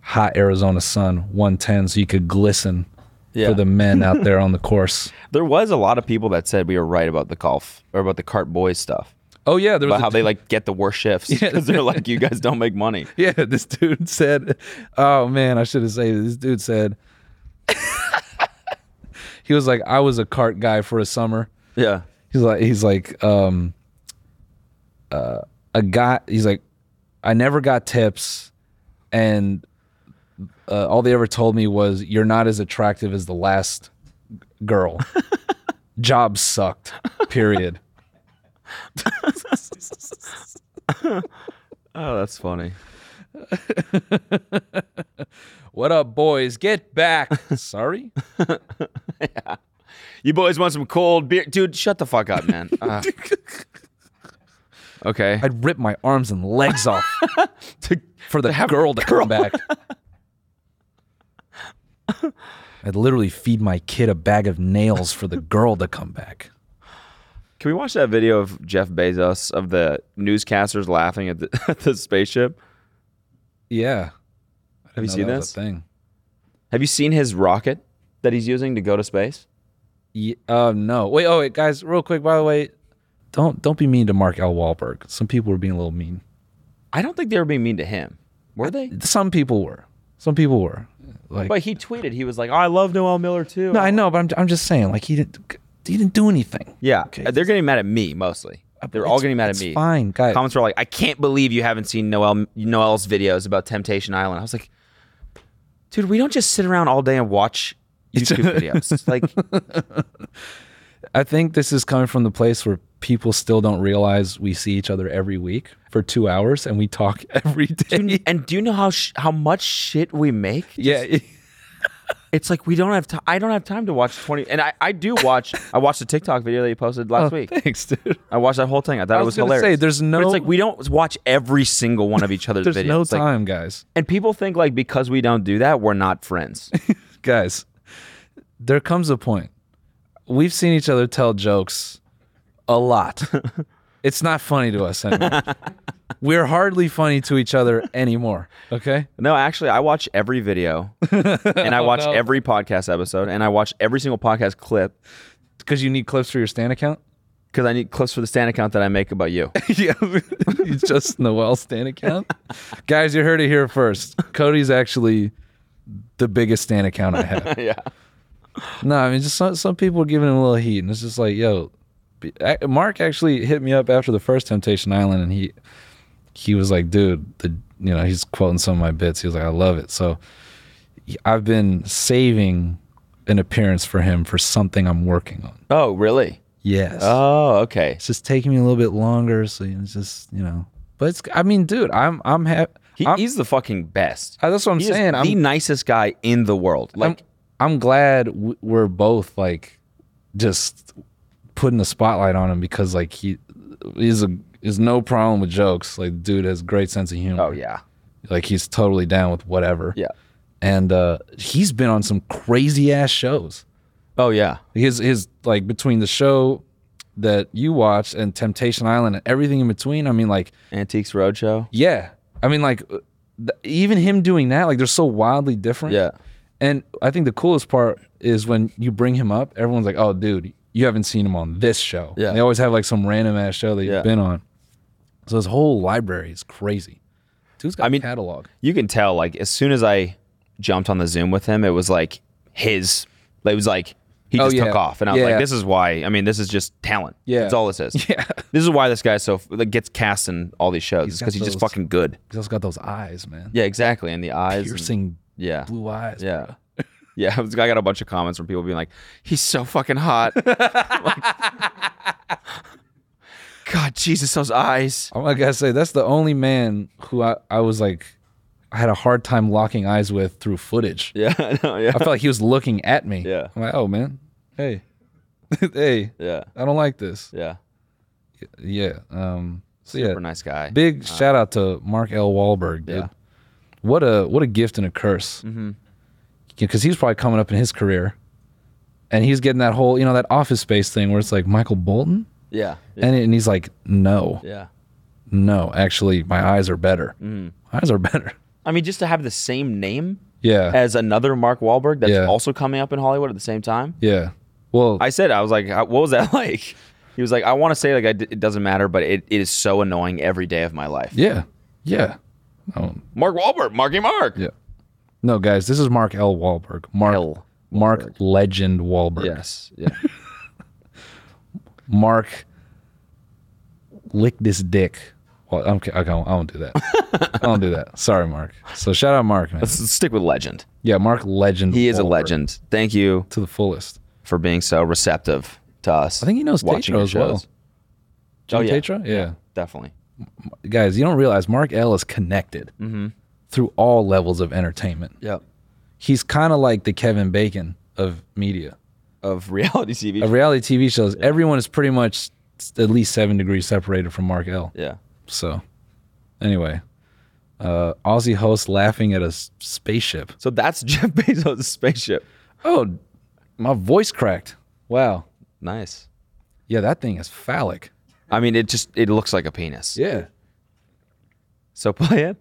[SPEAKER 1] hot Arizona sun, 110, so you could glisten
[SPEAKER 2] Yeah.
[SPEAKER 1] for the men out there on the course.
[SPEAKER 2] There was a lot of people that said we were right about the golf or about the cart boys stuff.
[SPEAKER 1] Oh yeah, there was
[SPEAKER 2] About
[SPEAKER 1] a
[SPEAKER 2] how they like get the worst shifts because they're like, you guys don't make money.
[SPEAKER 1] Yeah, this dude said, "Oh man, I should have saved it." This dude said, "He was like, I was a cart guy for a summer."
[SPEAKER 2] Yeah.
[SPEAKER 1] He's like, he's like, um, uh, a guy. He's like, I never got tips, and uh, all they ever told me was, "You're not as attractive as the last g- girl." Job sucked. Period.
[SPEAKER 2] Oh, that's funny.
[SPEAKER 1] what up, boys? Get back. Sorry.
[SPEAKER 2] You boys want some cold beer, dude? Shut the fuck up, man. Ah. okay.
[SPEAKER 1] I'd rip my arms and legs off for the girl to come back. I'd literally feed my kid a bag of nails for the girl to come back.
[SPEAKER 2] Can we watch that video of Jeff Bezos of the newscasters laughing at the, at the spaceship?
[SPEAKER 1] Yeah.
[SPEAKER 2] Have you
[SPEAKER 1] No,
[SPEAKER 2] seen
[SPEAKER 1] that was a
[SPEAKER 2] this?
[SPEAKER 1] thing?
[SPEAKER 2] Have you seen his rocket that he's using to go to space?
[SPEAKER 1] Yeah, uh, no. Wait. Oh, wait, guys. Real quick. By the way, don't don't be mean to Mark L. Wahlberg. Some people were being a little mean.
[SPEAKER 2] I don't think they were being mean to him, were they?
[SPEAKER 1] Some people were. Some people were. Like,
[SPEAKER 2] But he tweeted, he was like, "Oh, "I love Noel Miller too."
[SPEAKER 1] no, I know, but I'm I'm just saying. Like, he didn't he didn't do anything.
[SPEAKER 2] yeah,
[SPEAKER 1] Okay. Uh,
[SPEAKER 2] they're getting mad at me mostly. They're all
[SPEAKER 1] It's-
[SPEAKER 2] getting mad at
[SPEAKER 1] it's
[SPEAKER 2] me.
[SPEAKER 1] Fine, guys.
[SPEAKER 2] Comments were like, "I can't believe you haven't seen Noel Noel's videos about Temptation Island." I was like, "Dude, we don't just sit around all day and watch YouTube videos. Like,
[SPEAKER 1] I think this is coming from the place where people still don't realize we see each other every week for two hours and we talk every day.
[SPEAKER 2] and do you know how sh- how much shit we make?
[SPEAKER 1] yeah.
[SPEAKER 2] It's like we don't have time. I don't have time to watch twenty. And I, I do watch. I watched the TikTok video that you posted last week.
[SPEAKER 1] Thanks, dude.
[SPEAKER 2] I watched that whole thing. I thought
[SPEAKER 1] Oh. I
[SPEAKER 2] it
[SPEAKER 1] was
[SPEAKER 2] was
[SPEAKER 1] gonna say,
[SPEAKER 2] hilarious.
[SPEAKER 1] there's
[SPEAKER 2] But
[SPEAKER 1] no-
[SPEAKER 2] it's like we don't watch every single one of each other's
[SPEAKER 1] There's
[SPEAKER 2] videos.
[SPEAKER 1] no
[SPEAKER 2] It's like-
[SPEAKER 1] time, guys.
[SPEAKER 2] and people think like because we don't do that, we're not friends.
[SPEAKER 1] Guys, there comes a point. We've seen each other tell jokes a lot. it's not funny to us anymore. We're hardly funny to each other anymore. Okay?
[SPEAKER 2] no, actually, I watch every video, and
[SPEAKER 1] Oh,
[SPEAKER 2] I watch every podcast episode, and I watch every single podcast clip
[SPEAKER 1] Because you need clips for your stand account.
[SPEAKER 2] because I need clips for the stand account that I make about you.
[SPEAKER 1] yeah, it's just Noel Stan account. Guys, you heard it here first. Cody's actually the biggest Stan account I have. yeah. No, I mean, just some, some people are giving him a little heat, and it's just like, yo, be- a- Mark actually hit me up after the first Temptation Island, and he he was like, dude, the you know, he's quoting some of my bits. He was like, I love it. So I've been saving an appearance for him for something I'm working on.
[SPEAKER 2] oh, really?
[SPEAKER 1] Yes
[SPEAKER 2] Oh, okay.
[SPEAKER 1] it's just taking me a little bit longer. So you know, it's just you know, but it's. I mean, dude, I'm I'm happy.
[SPEAKER 2] He, he's the fucking best.
[SPEAKER 1] That's what I'm
[SPEAKER 2] He is
[SPEAKER 1] saying.
[SPEAKER 2] the
[SPEAKER 1] I'm,
[SPEAKER 2] nicest guy in the world.
[SPEAKER 1] I'm
[SPEAKER 2] Like,
[SPEAKER 1] I'm glad w- we're both like just putting the spotlight on him because like he is a is no problem with jokes. Like, dude has great sense of humor.
[SPEAKER 2] oh yeah,
[SPEAKER 1] like he's totally down with whatever.
[SPEAKER 2] yeah.
[SPEAKER 1] and uh, he's been on some crazy ass shows.
[SPEAKER 2] Oh yeah.
[SPEAKER 1] his his like between the show that you watched and Temptation Island and everything in between. I mean, like
[SPEAKER 2] Antiques Roadshow.
[SPEAKER 1] Yeah. I mean, like, uh, th- even him doing that, like, they're so wildly different.
[SPEAKER 2] Yeah.
[SPEAKER 1] And I think the coolest part is when you bring him up, everyone's like, oh, dude, you haven't seen him on this show.
[SPEAKER 2] Yeah.
[SPEAKER 1] They always have, like, some random ass show that you've
[SPEAKER 2] Yeah.
[SPEAKER 1] been on. So his whole library is crazy. Dude's got
[SPEAKER 2] I mean-
[SPEAKER 1] a catalog.
[SPEAKER 2] you can tell like as soon as I jumped on the Zoom with him, it was like his. It was like he
[SPEAKER 1] Oh,
[SPEAKER 2] just
[SPEAKER 1] yeah.
[SPEAKER 2] took off, and I was
[SPEAKER 1] Yeah.
[SPEAKER 2] like, "This is why." I mean, this is just talent.
[SPEAKER 1] Yeah.
[SPEAKER 2] that's all this is.
[SPEAKER 1] Yeah.
[SPEAKER 2] this is why this guy so like, gets cast in all these shows
[SPEAKER 1] got
[SPEAKER 2] because he's just
[SPEAKER 1] those-
[SPEAKER 2] fucking good.
[SPEAKER 1] He's also got those eyes, man.
[SPEAKER 2] Yeah, exactly. And the eyes, and-
[SPEAKER 1] Piercing
[SPEAKER 2] yeah,
[SPEAKER 1] blue eyes.
[SPEAKER 2] yeah. Yeah, I was- I got a bunch of comments from people being like, "He's so fucking hot." Like, God, Jesus, those eyes.
[SPEAKER 1] I'm like, I gotta say, that's the only man who I, I was like, I had a hard time locking eyes with through footage.
[SPEAKER 2] Yeah, I know, yeah,
[SPEAKER 1] I felt like he was looking at me.
[SPEAKER 2] Yeah.
[SPEAKER 1] I'm like, oh man, hey, hey,
[SPEAKER 2] yeah,
[SPEAKER 1] I don't like this.
[SPEAKER 2] yeah.
[SPEAKER 1] Yeah. Um. So yeah,
[SPEAKER 2] Super nice guy.
[SPEAKER 1] big shout out to Mark L. Wahlberg, dude.
[SPEAKER 2] Yeah. Mm-hmm.
[SPEAKER 1] What a what a gift and a curse. Because he's probably coming up in his career, and he's getting that whole you know that Office Space thing where it's like Michael Bolton,
[SPEAKER 2] Yeah, yeah,
[SPEAKER 1] and and he's like, no,
[SPEAKER 2] yeah.
[SPEAKER 1] no, actually, my eyes are better.
[SPEAKER 2] Mm.
[SPEAKER 1] My eyes are better.
[SPEAKER 2] I mean, just to have the same name
[SPEAKER 1] Yeah.
[SPEAKER 2] as another Mark Wahlberg that's
[SPEAKER 1] Yeah.
[SPEAKER 2] also coming up in Hollywood at the same time.
[SPEAKER 1] yeah. Well,
[SPEAKER 2] I said, I was like, "How- what was that like? He was like, I want to say like I d- it doesn't matter, but it, it is so annoying every day of my life.
[SPEAKER 1] yeah, yeah. Oh,
[SPEAKER 2] Mark Wahlberg, Marky Mark.
[SPEAKER 1] Yeah. No, guys, this is Mark L. Wahlberg. Mark
[SPEAKER 2] L.
[SPEAKER 1] Mark Legend Wahlberg.
[SPEAKER 2] Yes. Yeah.
[SPEAKER 1] Mark lick this dick. Well, I'm, ki- I don't, I don't do that. I don't do that. Sorry, Mark. So shout out Mark, man.
[SPEAKER 2] Let's stick with legend.
[SPEAKER 1] Yeah, Mark, legend.
[SPEAKER 2] He is a
[SPEAKER 1] forward
[SPEAKER 2] legend. Thank you
[SPEAKER 1] to the fullest.
[SPEAKER 2] for being so receptive to us.
[SPEAKER 1] I think he knows
[SPEAKER 2] watching
[SPEAKER 1] Tetra
[SPEAKER 2] your
[SPEAKER 1] as well.
[SPEAKER 2] shows.
[SPEAKER 1] Jim
[SPEAKER 2] Oh, yeah.
[SPEAKER 1] Tetra? Yeah.
[SPEAKER 2] Definitely.
[SPEAKER 1] Guys, you don't realize Mark L is connected
[SPEAKER 2] Mm-hmm.
[SPEAKER 1] through all levels of entertainment.
[SPEAKER 2] Yeah.
[SPEAKER 1] He's kind of like the Kevin Bacon of media.
[SPEAKER 2] Of reality TV.
[SPEAKER 1] Of reality TV shows, everyone is pretty much s- at least seven degrees separated from Mark L.
[SPEAKER 2] yeah.
[SPEAKER 1] So, anyway, uh, Aussie host laughing at a s- spaceship.
[SPEAKER 2] So that's Jeff Bezos' spaceship.
[SPEAKER 1] Oh, my voice cracked. Wow.
[SPEAKER 2] Nice.
[SPEAKER 1] Yeah, that thing is phallic.
[SPEAKER 2] I mean, it just it looks like a penis.
[SPEAKER 1] Yeah.
[SPEAKER 2] So play it.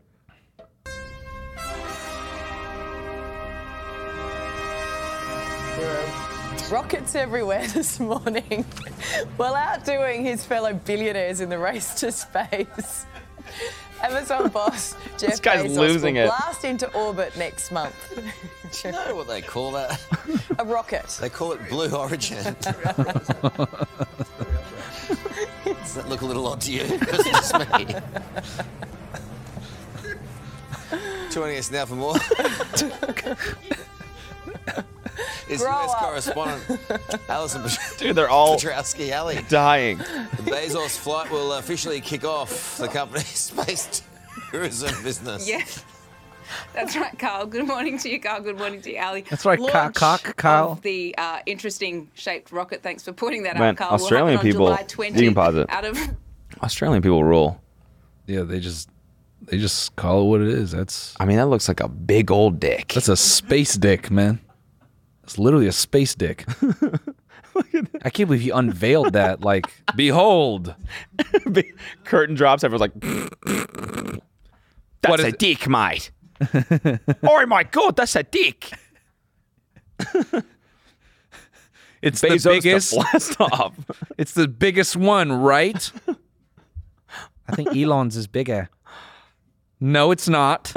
[SPEAKER 9] rockets everywhere this morning while outdoing his fellow billionaires in the race to space. Amazon boss Jeff
[SPEAKER 2] guy's
[SPEAKER 9] Bezos
[SPEAKER 2] losing
[SPEAKER 9] will
[SPEAKER 2] it.
[SPEAKER 9] blast into orbit next month.
[SPEAKER 10] know what they call that?
[SPEAKER 9] A rocket.
[SPEAKER 10] They call it Blue Origin. Does that look a little odd to you? It's just me. Joining us now for more is
[SPEAKER 9] Grow
[SPEAKER 10] US
[SPEAKER 9] up.
[SPEAKER 10] correspondent Alison Petr-
[SPEAKER 2] Dude, they're all
[SPEAKER 10] Petrowski Alley.
[SPEAKER 2] dying.
[SPEAKER 10] The Bezos flight will officially kick off the company's space tourism business.
[SPEAKER 11] Yes. That's right, Carl. Good morning to you, Carl. Good morning to you, Ali.
[SPEAKER 1] That's right, Ca- cock, Carl.
[SPEAKER 11] Of the uh, interesting shaped rocket. Thanks for pointing that
[SPEAKER 2] Man,
[SPEAKER 11] out, Carl. Will
[SPEAKER 2] Australian
[SPEAKER 11] happen on
[SPEAKER 2] people-
[SPEAKER 11] July 20
[SPEAKER 2] you can pause it.
[SPEAKER 11] Out of
[SPEAKER 2] Australian people rule.
[SPEAKER 1] Yeah, they just they just call it what it is. That's
[SPEAKER 2] I mean, that looks like a big old dick.
[SPEAKER 1] that's a space dick, man. It's literally a space dick. I can't believe he unveiled that. Like, behold,
[SPEAKER 2] Big curtain drops. Everyone's like, "That's
[SPEAKER 1] is
[SPEAKER 2] a
[SPEAKER 1] it?"
[SPEAKER 2] dick, mate." oh my god, that's a dick.
[SPEAKER 1] it's
[SPEAKER 2] Bezos
[SPEAKER 1] the biggest.
[SPEAKER 2] to blast off.
[SPEAKER 1] It's the biggest one, right? I think Elon's is bigger. No, it's not.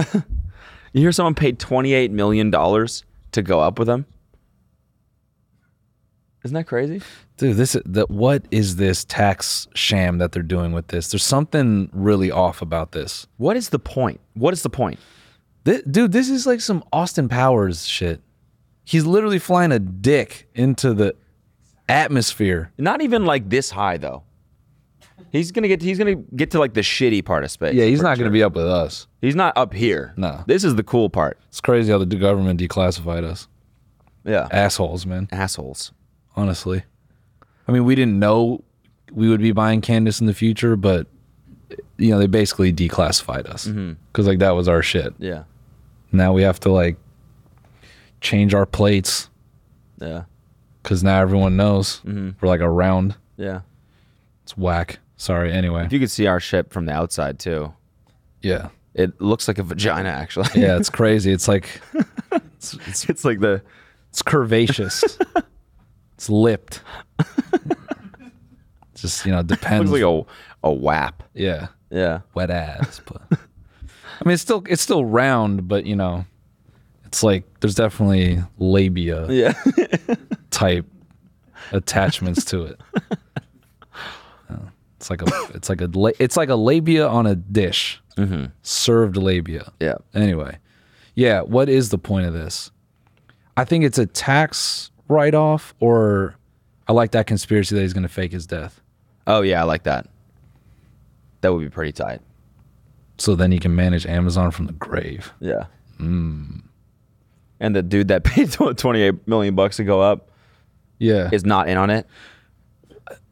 [SPEAKER 2] You hear someone paid twenty-eight million dollars to go up with him? Isn't that crazy?
[SPEAKER 1] Dude, this the, what is this tax sham that they're doing with this? There's something really off about this.
[SPEAKER 2] What is the point? What is the point?
[SPEAKER 1] Thi- dude, this is like some Austin Powers shit. He's literally flying a dick into the atmosphere.
[SPEAKER 2] Not even like this high though. He's gonna get. He's gonna get to like the shitty part of space.
[SPEAKER 1] Yeah, he's not going to be up with us.
[SPEAKER 2] He's not up here.
[SPEAKER 1] No.
[SPEAKER 2] This is the cool part.
[SPEAKER 1] It's crazy how the d- government declassified us.
[SPEAKER 2] Yeah.
[SPEAKER 1] Assholes, man.
[SPEAKER 2] Assholes.
[SPEAKER 1] Honestly, I mean, we didn't know we would be buying Candace in the future, but you know, they basically declassified us because like that was our shit.
[SPEAKER 2] Yeah.
[SPEAKER 1] Now we have to like change our plates
[SPEAKER 2] Yeah.
[SPEAKER 1] because now everyone knows
[SPEAKER 2] Mm-hmm.
[SPEAKER 1] we're like around.
[SPEAKER 2] Yeah.
[SPEAKER 1] It's whack. Sorry. Anyway,
[SPEAKER 2] If you could see our ship from the outside too,
[SPEAKER 1] yeah.
[SPEAKER 2] it looks like a vagina actually.
[SPEAKER 1] Yeah, it's crazy. It's like it's, it's,
[SPEAKER 2] it's like the
[SPEAKER 1] it's curvaceous. it's lipped. Just you know, depends.
[SPEAKER 2] looks like a a wap.
[SPEAKER 1] yeah,
[SPEAKER 2] Yeah.
[SPEAKER 1] wet ass. But I mean, it's still it's still round, but you know, it's like there's definitely labia
[SPEAKER 2] Yeah.
[SPEAKER 1] type attachments to it. Uh, It's like a it's like a la- it's like a labia on a dish, served labia.
[SPEAKER 2] yeah.
[SPEAKER 1] Anyway, yeah, what is the point of this? I think it's a tax write off, or I like that conspiracy that he's going to fake his death
[SPEAKER 2] Oh yeah, I like that. That would be pretty tight.
[SPEAKER 1] so then he can manage Amazon from the grave.
[SPEAKER 2] Yeah. Mm.
[SPEAKER 1] Hmm.
[SPEAKER 2] And the dude that paid tw- 28 million bucks to go up
[SPEAKER 1] Yeah.
[SPEAKER 2] is not in on it.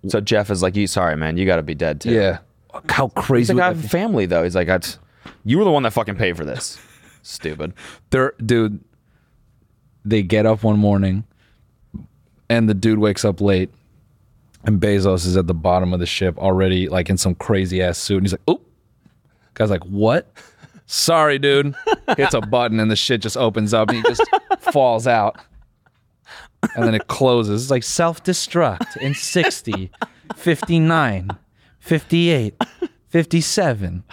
[SPEAKER 2] So Jeff is like, "You sorry, man, you got to be dead too."
[SPEAKER 1] yeah. How
[SPEAKER 2] He's
[SPEAKER 1] crazy.
[SPEAKER 2] like, "I
[SPEAKER 1] would
[SPEAKER 2] have
[SPEAKER 1] that
[SPEAKER 2] a family though." He's like, I t- "You were the one that fucking paid for this." Stupid.
[SPEAKER 1] be? They're, dude, they get up one morning and the dude wakes up late and Bezos is at the bottom of the ship already, like in some crazy ass suit. And he's like, oop. Guy's like, what? Sorry, dude. Hits a button and the shit just opens up and he just falls out. And then it closes. It's like self destruct in 60, 59, 58, 57.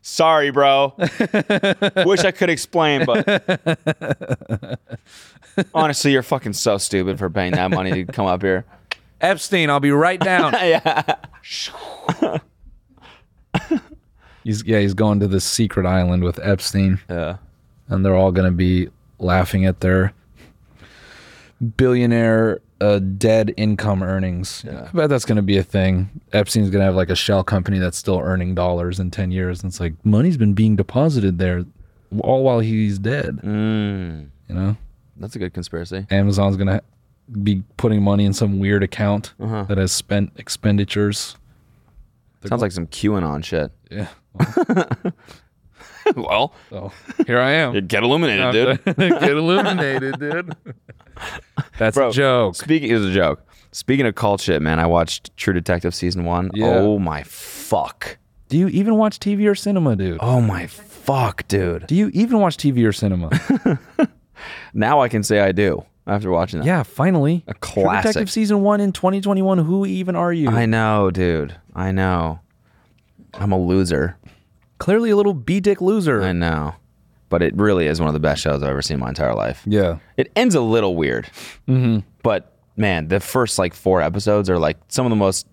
[SPEAKER 2] Sorry, bro. Wish I could explain, but honestly, you're fucking so stupid for paying that money to come up here.
[SPEAKER 1] Epstein, I'll be right down. He's yeah, he's going to this secret island with Epstein.
[SPEAKER 2] Yeah.
[SPEAKER 1] And they're all gonna be laughing at their billionaire uh, dead income earnings. I bet that's gonna be a thing. Epstein's gonna have like a shell company that's still earning dollars in ten years, and it's like money's been being deposited there all while he's dead. You know?
[SPEAKER 2] That's a good conspiracy.
[SPEAKER 1] Amazon's gonna be putting money in some weird account
[SPEAKER 2] Uh-huh.
[SPEAKER 1] that has spent expenditures.
[SPEAKER 2] Sounds like some QAnon shit.
[SPEAKER 1] Yeah.
[SPEAKER 2] well,
[SPEAKER 1] here I am.
[SPEAKER 2] Get illuminated, dude.
[SPEAKER 1] Get illuminated, dude. That's
[SPEAKER 2] Bro,
[SPEAKER 1] a joke.
[SPEAKER 2] Speaking is a joke. Speaking of cult shit, man, I watched True Detective season one.
[SPEAKER 1] Yeah.
[SPEAKER 2] Oh my fuck.
[SPEAKER 1] Do you even watch TV or cinema, dude?
[SPEAKER 2] Oh my fuck, dude.
[SPEAKER 1] Do you even watch TV or cinema?
[SPEAKER 2] Now I can say I do after watching that.
[SPEAKER 1] yeah, finally. A
[SPEAKER 2] classic.
[SPEAKER 1] Detective season one in 2021. Who even are you?
[SPEAKER 2] I know, dude. I know. I'm a loser.
[SPEAKER 1] Clearly a little b dick loser.
[SPEAKER 2] I know. But it really is one of the best shows I've ever seen in my entire life.
[SPEAKER 1] yeah.
[SPEAKER 2] It ends a little weird.
[SPEAKER 1] Mhm.
[SPEAKER 2] But man, the first like four episodes are like some of the most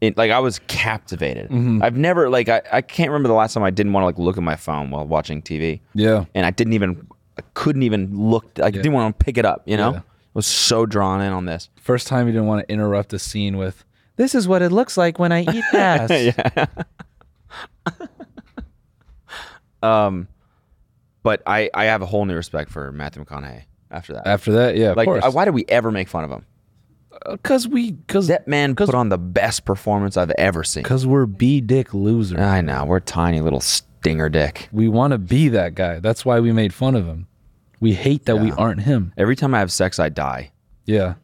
[SPEAKER 2] it, like I was captivated.
[SPEAKER 1] Mm-hmm.
[SPEAKER 2] I've never like I, I can't remember the last time I didn't want to like look at my phone while watching TV.
[SPEAKER 1] Yeah.
[SPEAKER 2] And I didn't even I couldn't even look I didn't want to pick it up, you know?
[SPEAKER 1] Yeah.
[SPEAKER 2] I was so drawn in on this.
[SPEAKER 1] First time you didn't want to interrupt a scene with, this is what it looks like when I eat ass.
[SPEAKER 2] Um but I I have a whole new respect for Matthew McConaughey after that.
[SPEAKER 1] After that, yeah, of
[SPEAKER 2] like
[SPEAKER 1] course.
[SPEAKER 2] uh, why do we ever make fun of him?
[SPEAKER 1] Because we, because
[SPEAKER 2] That man put on the best performance I've ever seen.
[SPEAKER 1] because we're b dick losers.
[SPEAKER 2] I know, we're tiny little stinger dick.
[SPEAKER 1] We want to be that guy. That's why we made fun of him. We hate that we aren't him.
[SPEAKER 2] Every time I have sex, I die.
[SPEAKER 1] Yeah.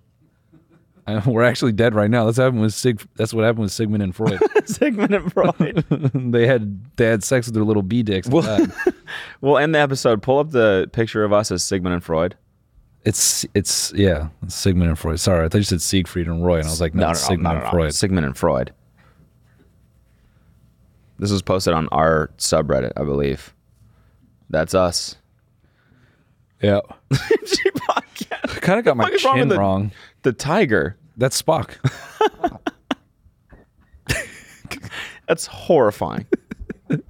[SPEAKER 1] I- We're actually dead right now. That's happened with Sig. That's what happened with Sigmund and Freud.
[SPEAKER 2] Sigmund and Freud.
[SPEAKER 1] they had they had sex with their little bee dicks. and
[SPEAKER 2] Well-
[SPEAKER 1] died.
[SPEAKER 2] we'll end the episode. Pull up the picture of us as Sigmund and Freud.
[SPEAKER 1] it's it's yeah, it's Sigmund and Freud. Sorry, I thought you said Siegfried and Roy, and I was like, no, it's Sigmund and Freud.
[SPEAKER 2] Sigmund and Freud. This was posted on our subreddit, I believe. That's us.
[SPEAKER 1] Yeah, kind of got my
[SPEAKER 2] fuck is wrong
[SPEAKER 1] chin
[SPEAKER 2] with the-
[SPEAKER 1] wrong.
[SPEAKER 2] The tiger.
[SPEAKER 1] That's Spock.
[SPEAKER 2] That's horrifying.
[SPEAKER 1] kind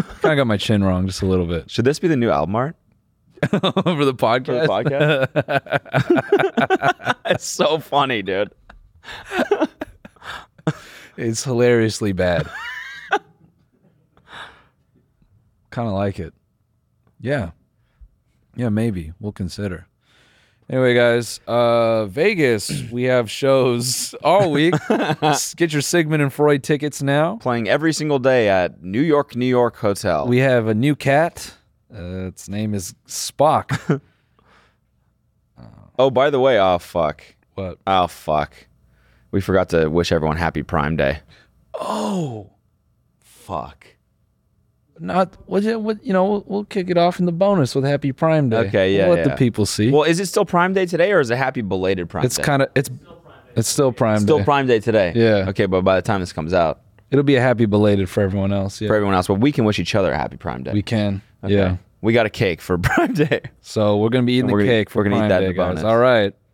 [SPEAKER 1] of got my chin wrong just a little bit
[SPEAKER 2] Should this be the new album art
[SPEAKER 1] over the podcast.
[SPEAKER 2] for the podcast? it's so funny, dude.
[SPEAKER 1] It's hilariously bad. kind of like it. Yeah. Yeah, maybe. We'll consider. Anyway, guys, uh Vegas, we have shows all week. S- Get your Sigmund and Freud tickets now.
[SPEAKER 2] Playing every single day at New York, New York Hotel.
[SPEAKER 1] We have a new cat. Uh, its name is Spock.
[SPEAKER 2] oh, by the way, oh, fuck.
[SPEAKER 1] what?
[SPEAKER 2] Oh, fuck. We forgot to wish everyone happy Prime Day.
[SPEAKER 1] Oh,
[SPEAKER 2] Fuck.
[SPEAKER 1] not what, what you know, we'll, we'll kick it off in the bonus with Happy Prime Day.
[SPEAKER 2] Okay, yeah,
[SPEAKER 1] We'll let
[SPEAKER 2] yeah.
[SPEAKER 1] the people see.
[SPEAKER 2] Well, is it still Prime Day today, or is it Happy Belated Prime
[SPEAKER 1] it's
[SPEAKER 2] Day?
[SPEAKER 1] kind of it's it's still Prime
[SPEAKER 2] still
[SPEAKER 1] Day.
[SPEAKER 2] Prime Day today.
[SPEAKER 1] Yeah.
[SPEAKER 2] Okay, but by the time this comes out,
[SPEAKER 1] It'll be a happy belated for everyone else. Yeah,
[SPEAKER 2] for everyone else, but we can wish each other a happy Prime Day.
[SPEAKER 1] we can.
[SPEAKER 2] Okay.
[SPEAKER 1] Yeah.
[SPEAKER 2] We got a cake for Prime Day.
[SPEAKER 1] So we're gonna be eating
[SPEAKER 2] We're
[SPEAKER 1] the
[SPEAKER 2] gonna-
[SPEAKER 1] cake for
[SPEAKER 2] we're gonna eat
[SPEAKER 1] Prime
[SPEAKER 2] that in
[SPEAKER 1] Day,
[SPEAKER 2] the
[SPEAKER 1] guys.
[SPEAKER 2] bonus.
[SPEAKER 1] All right.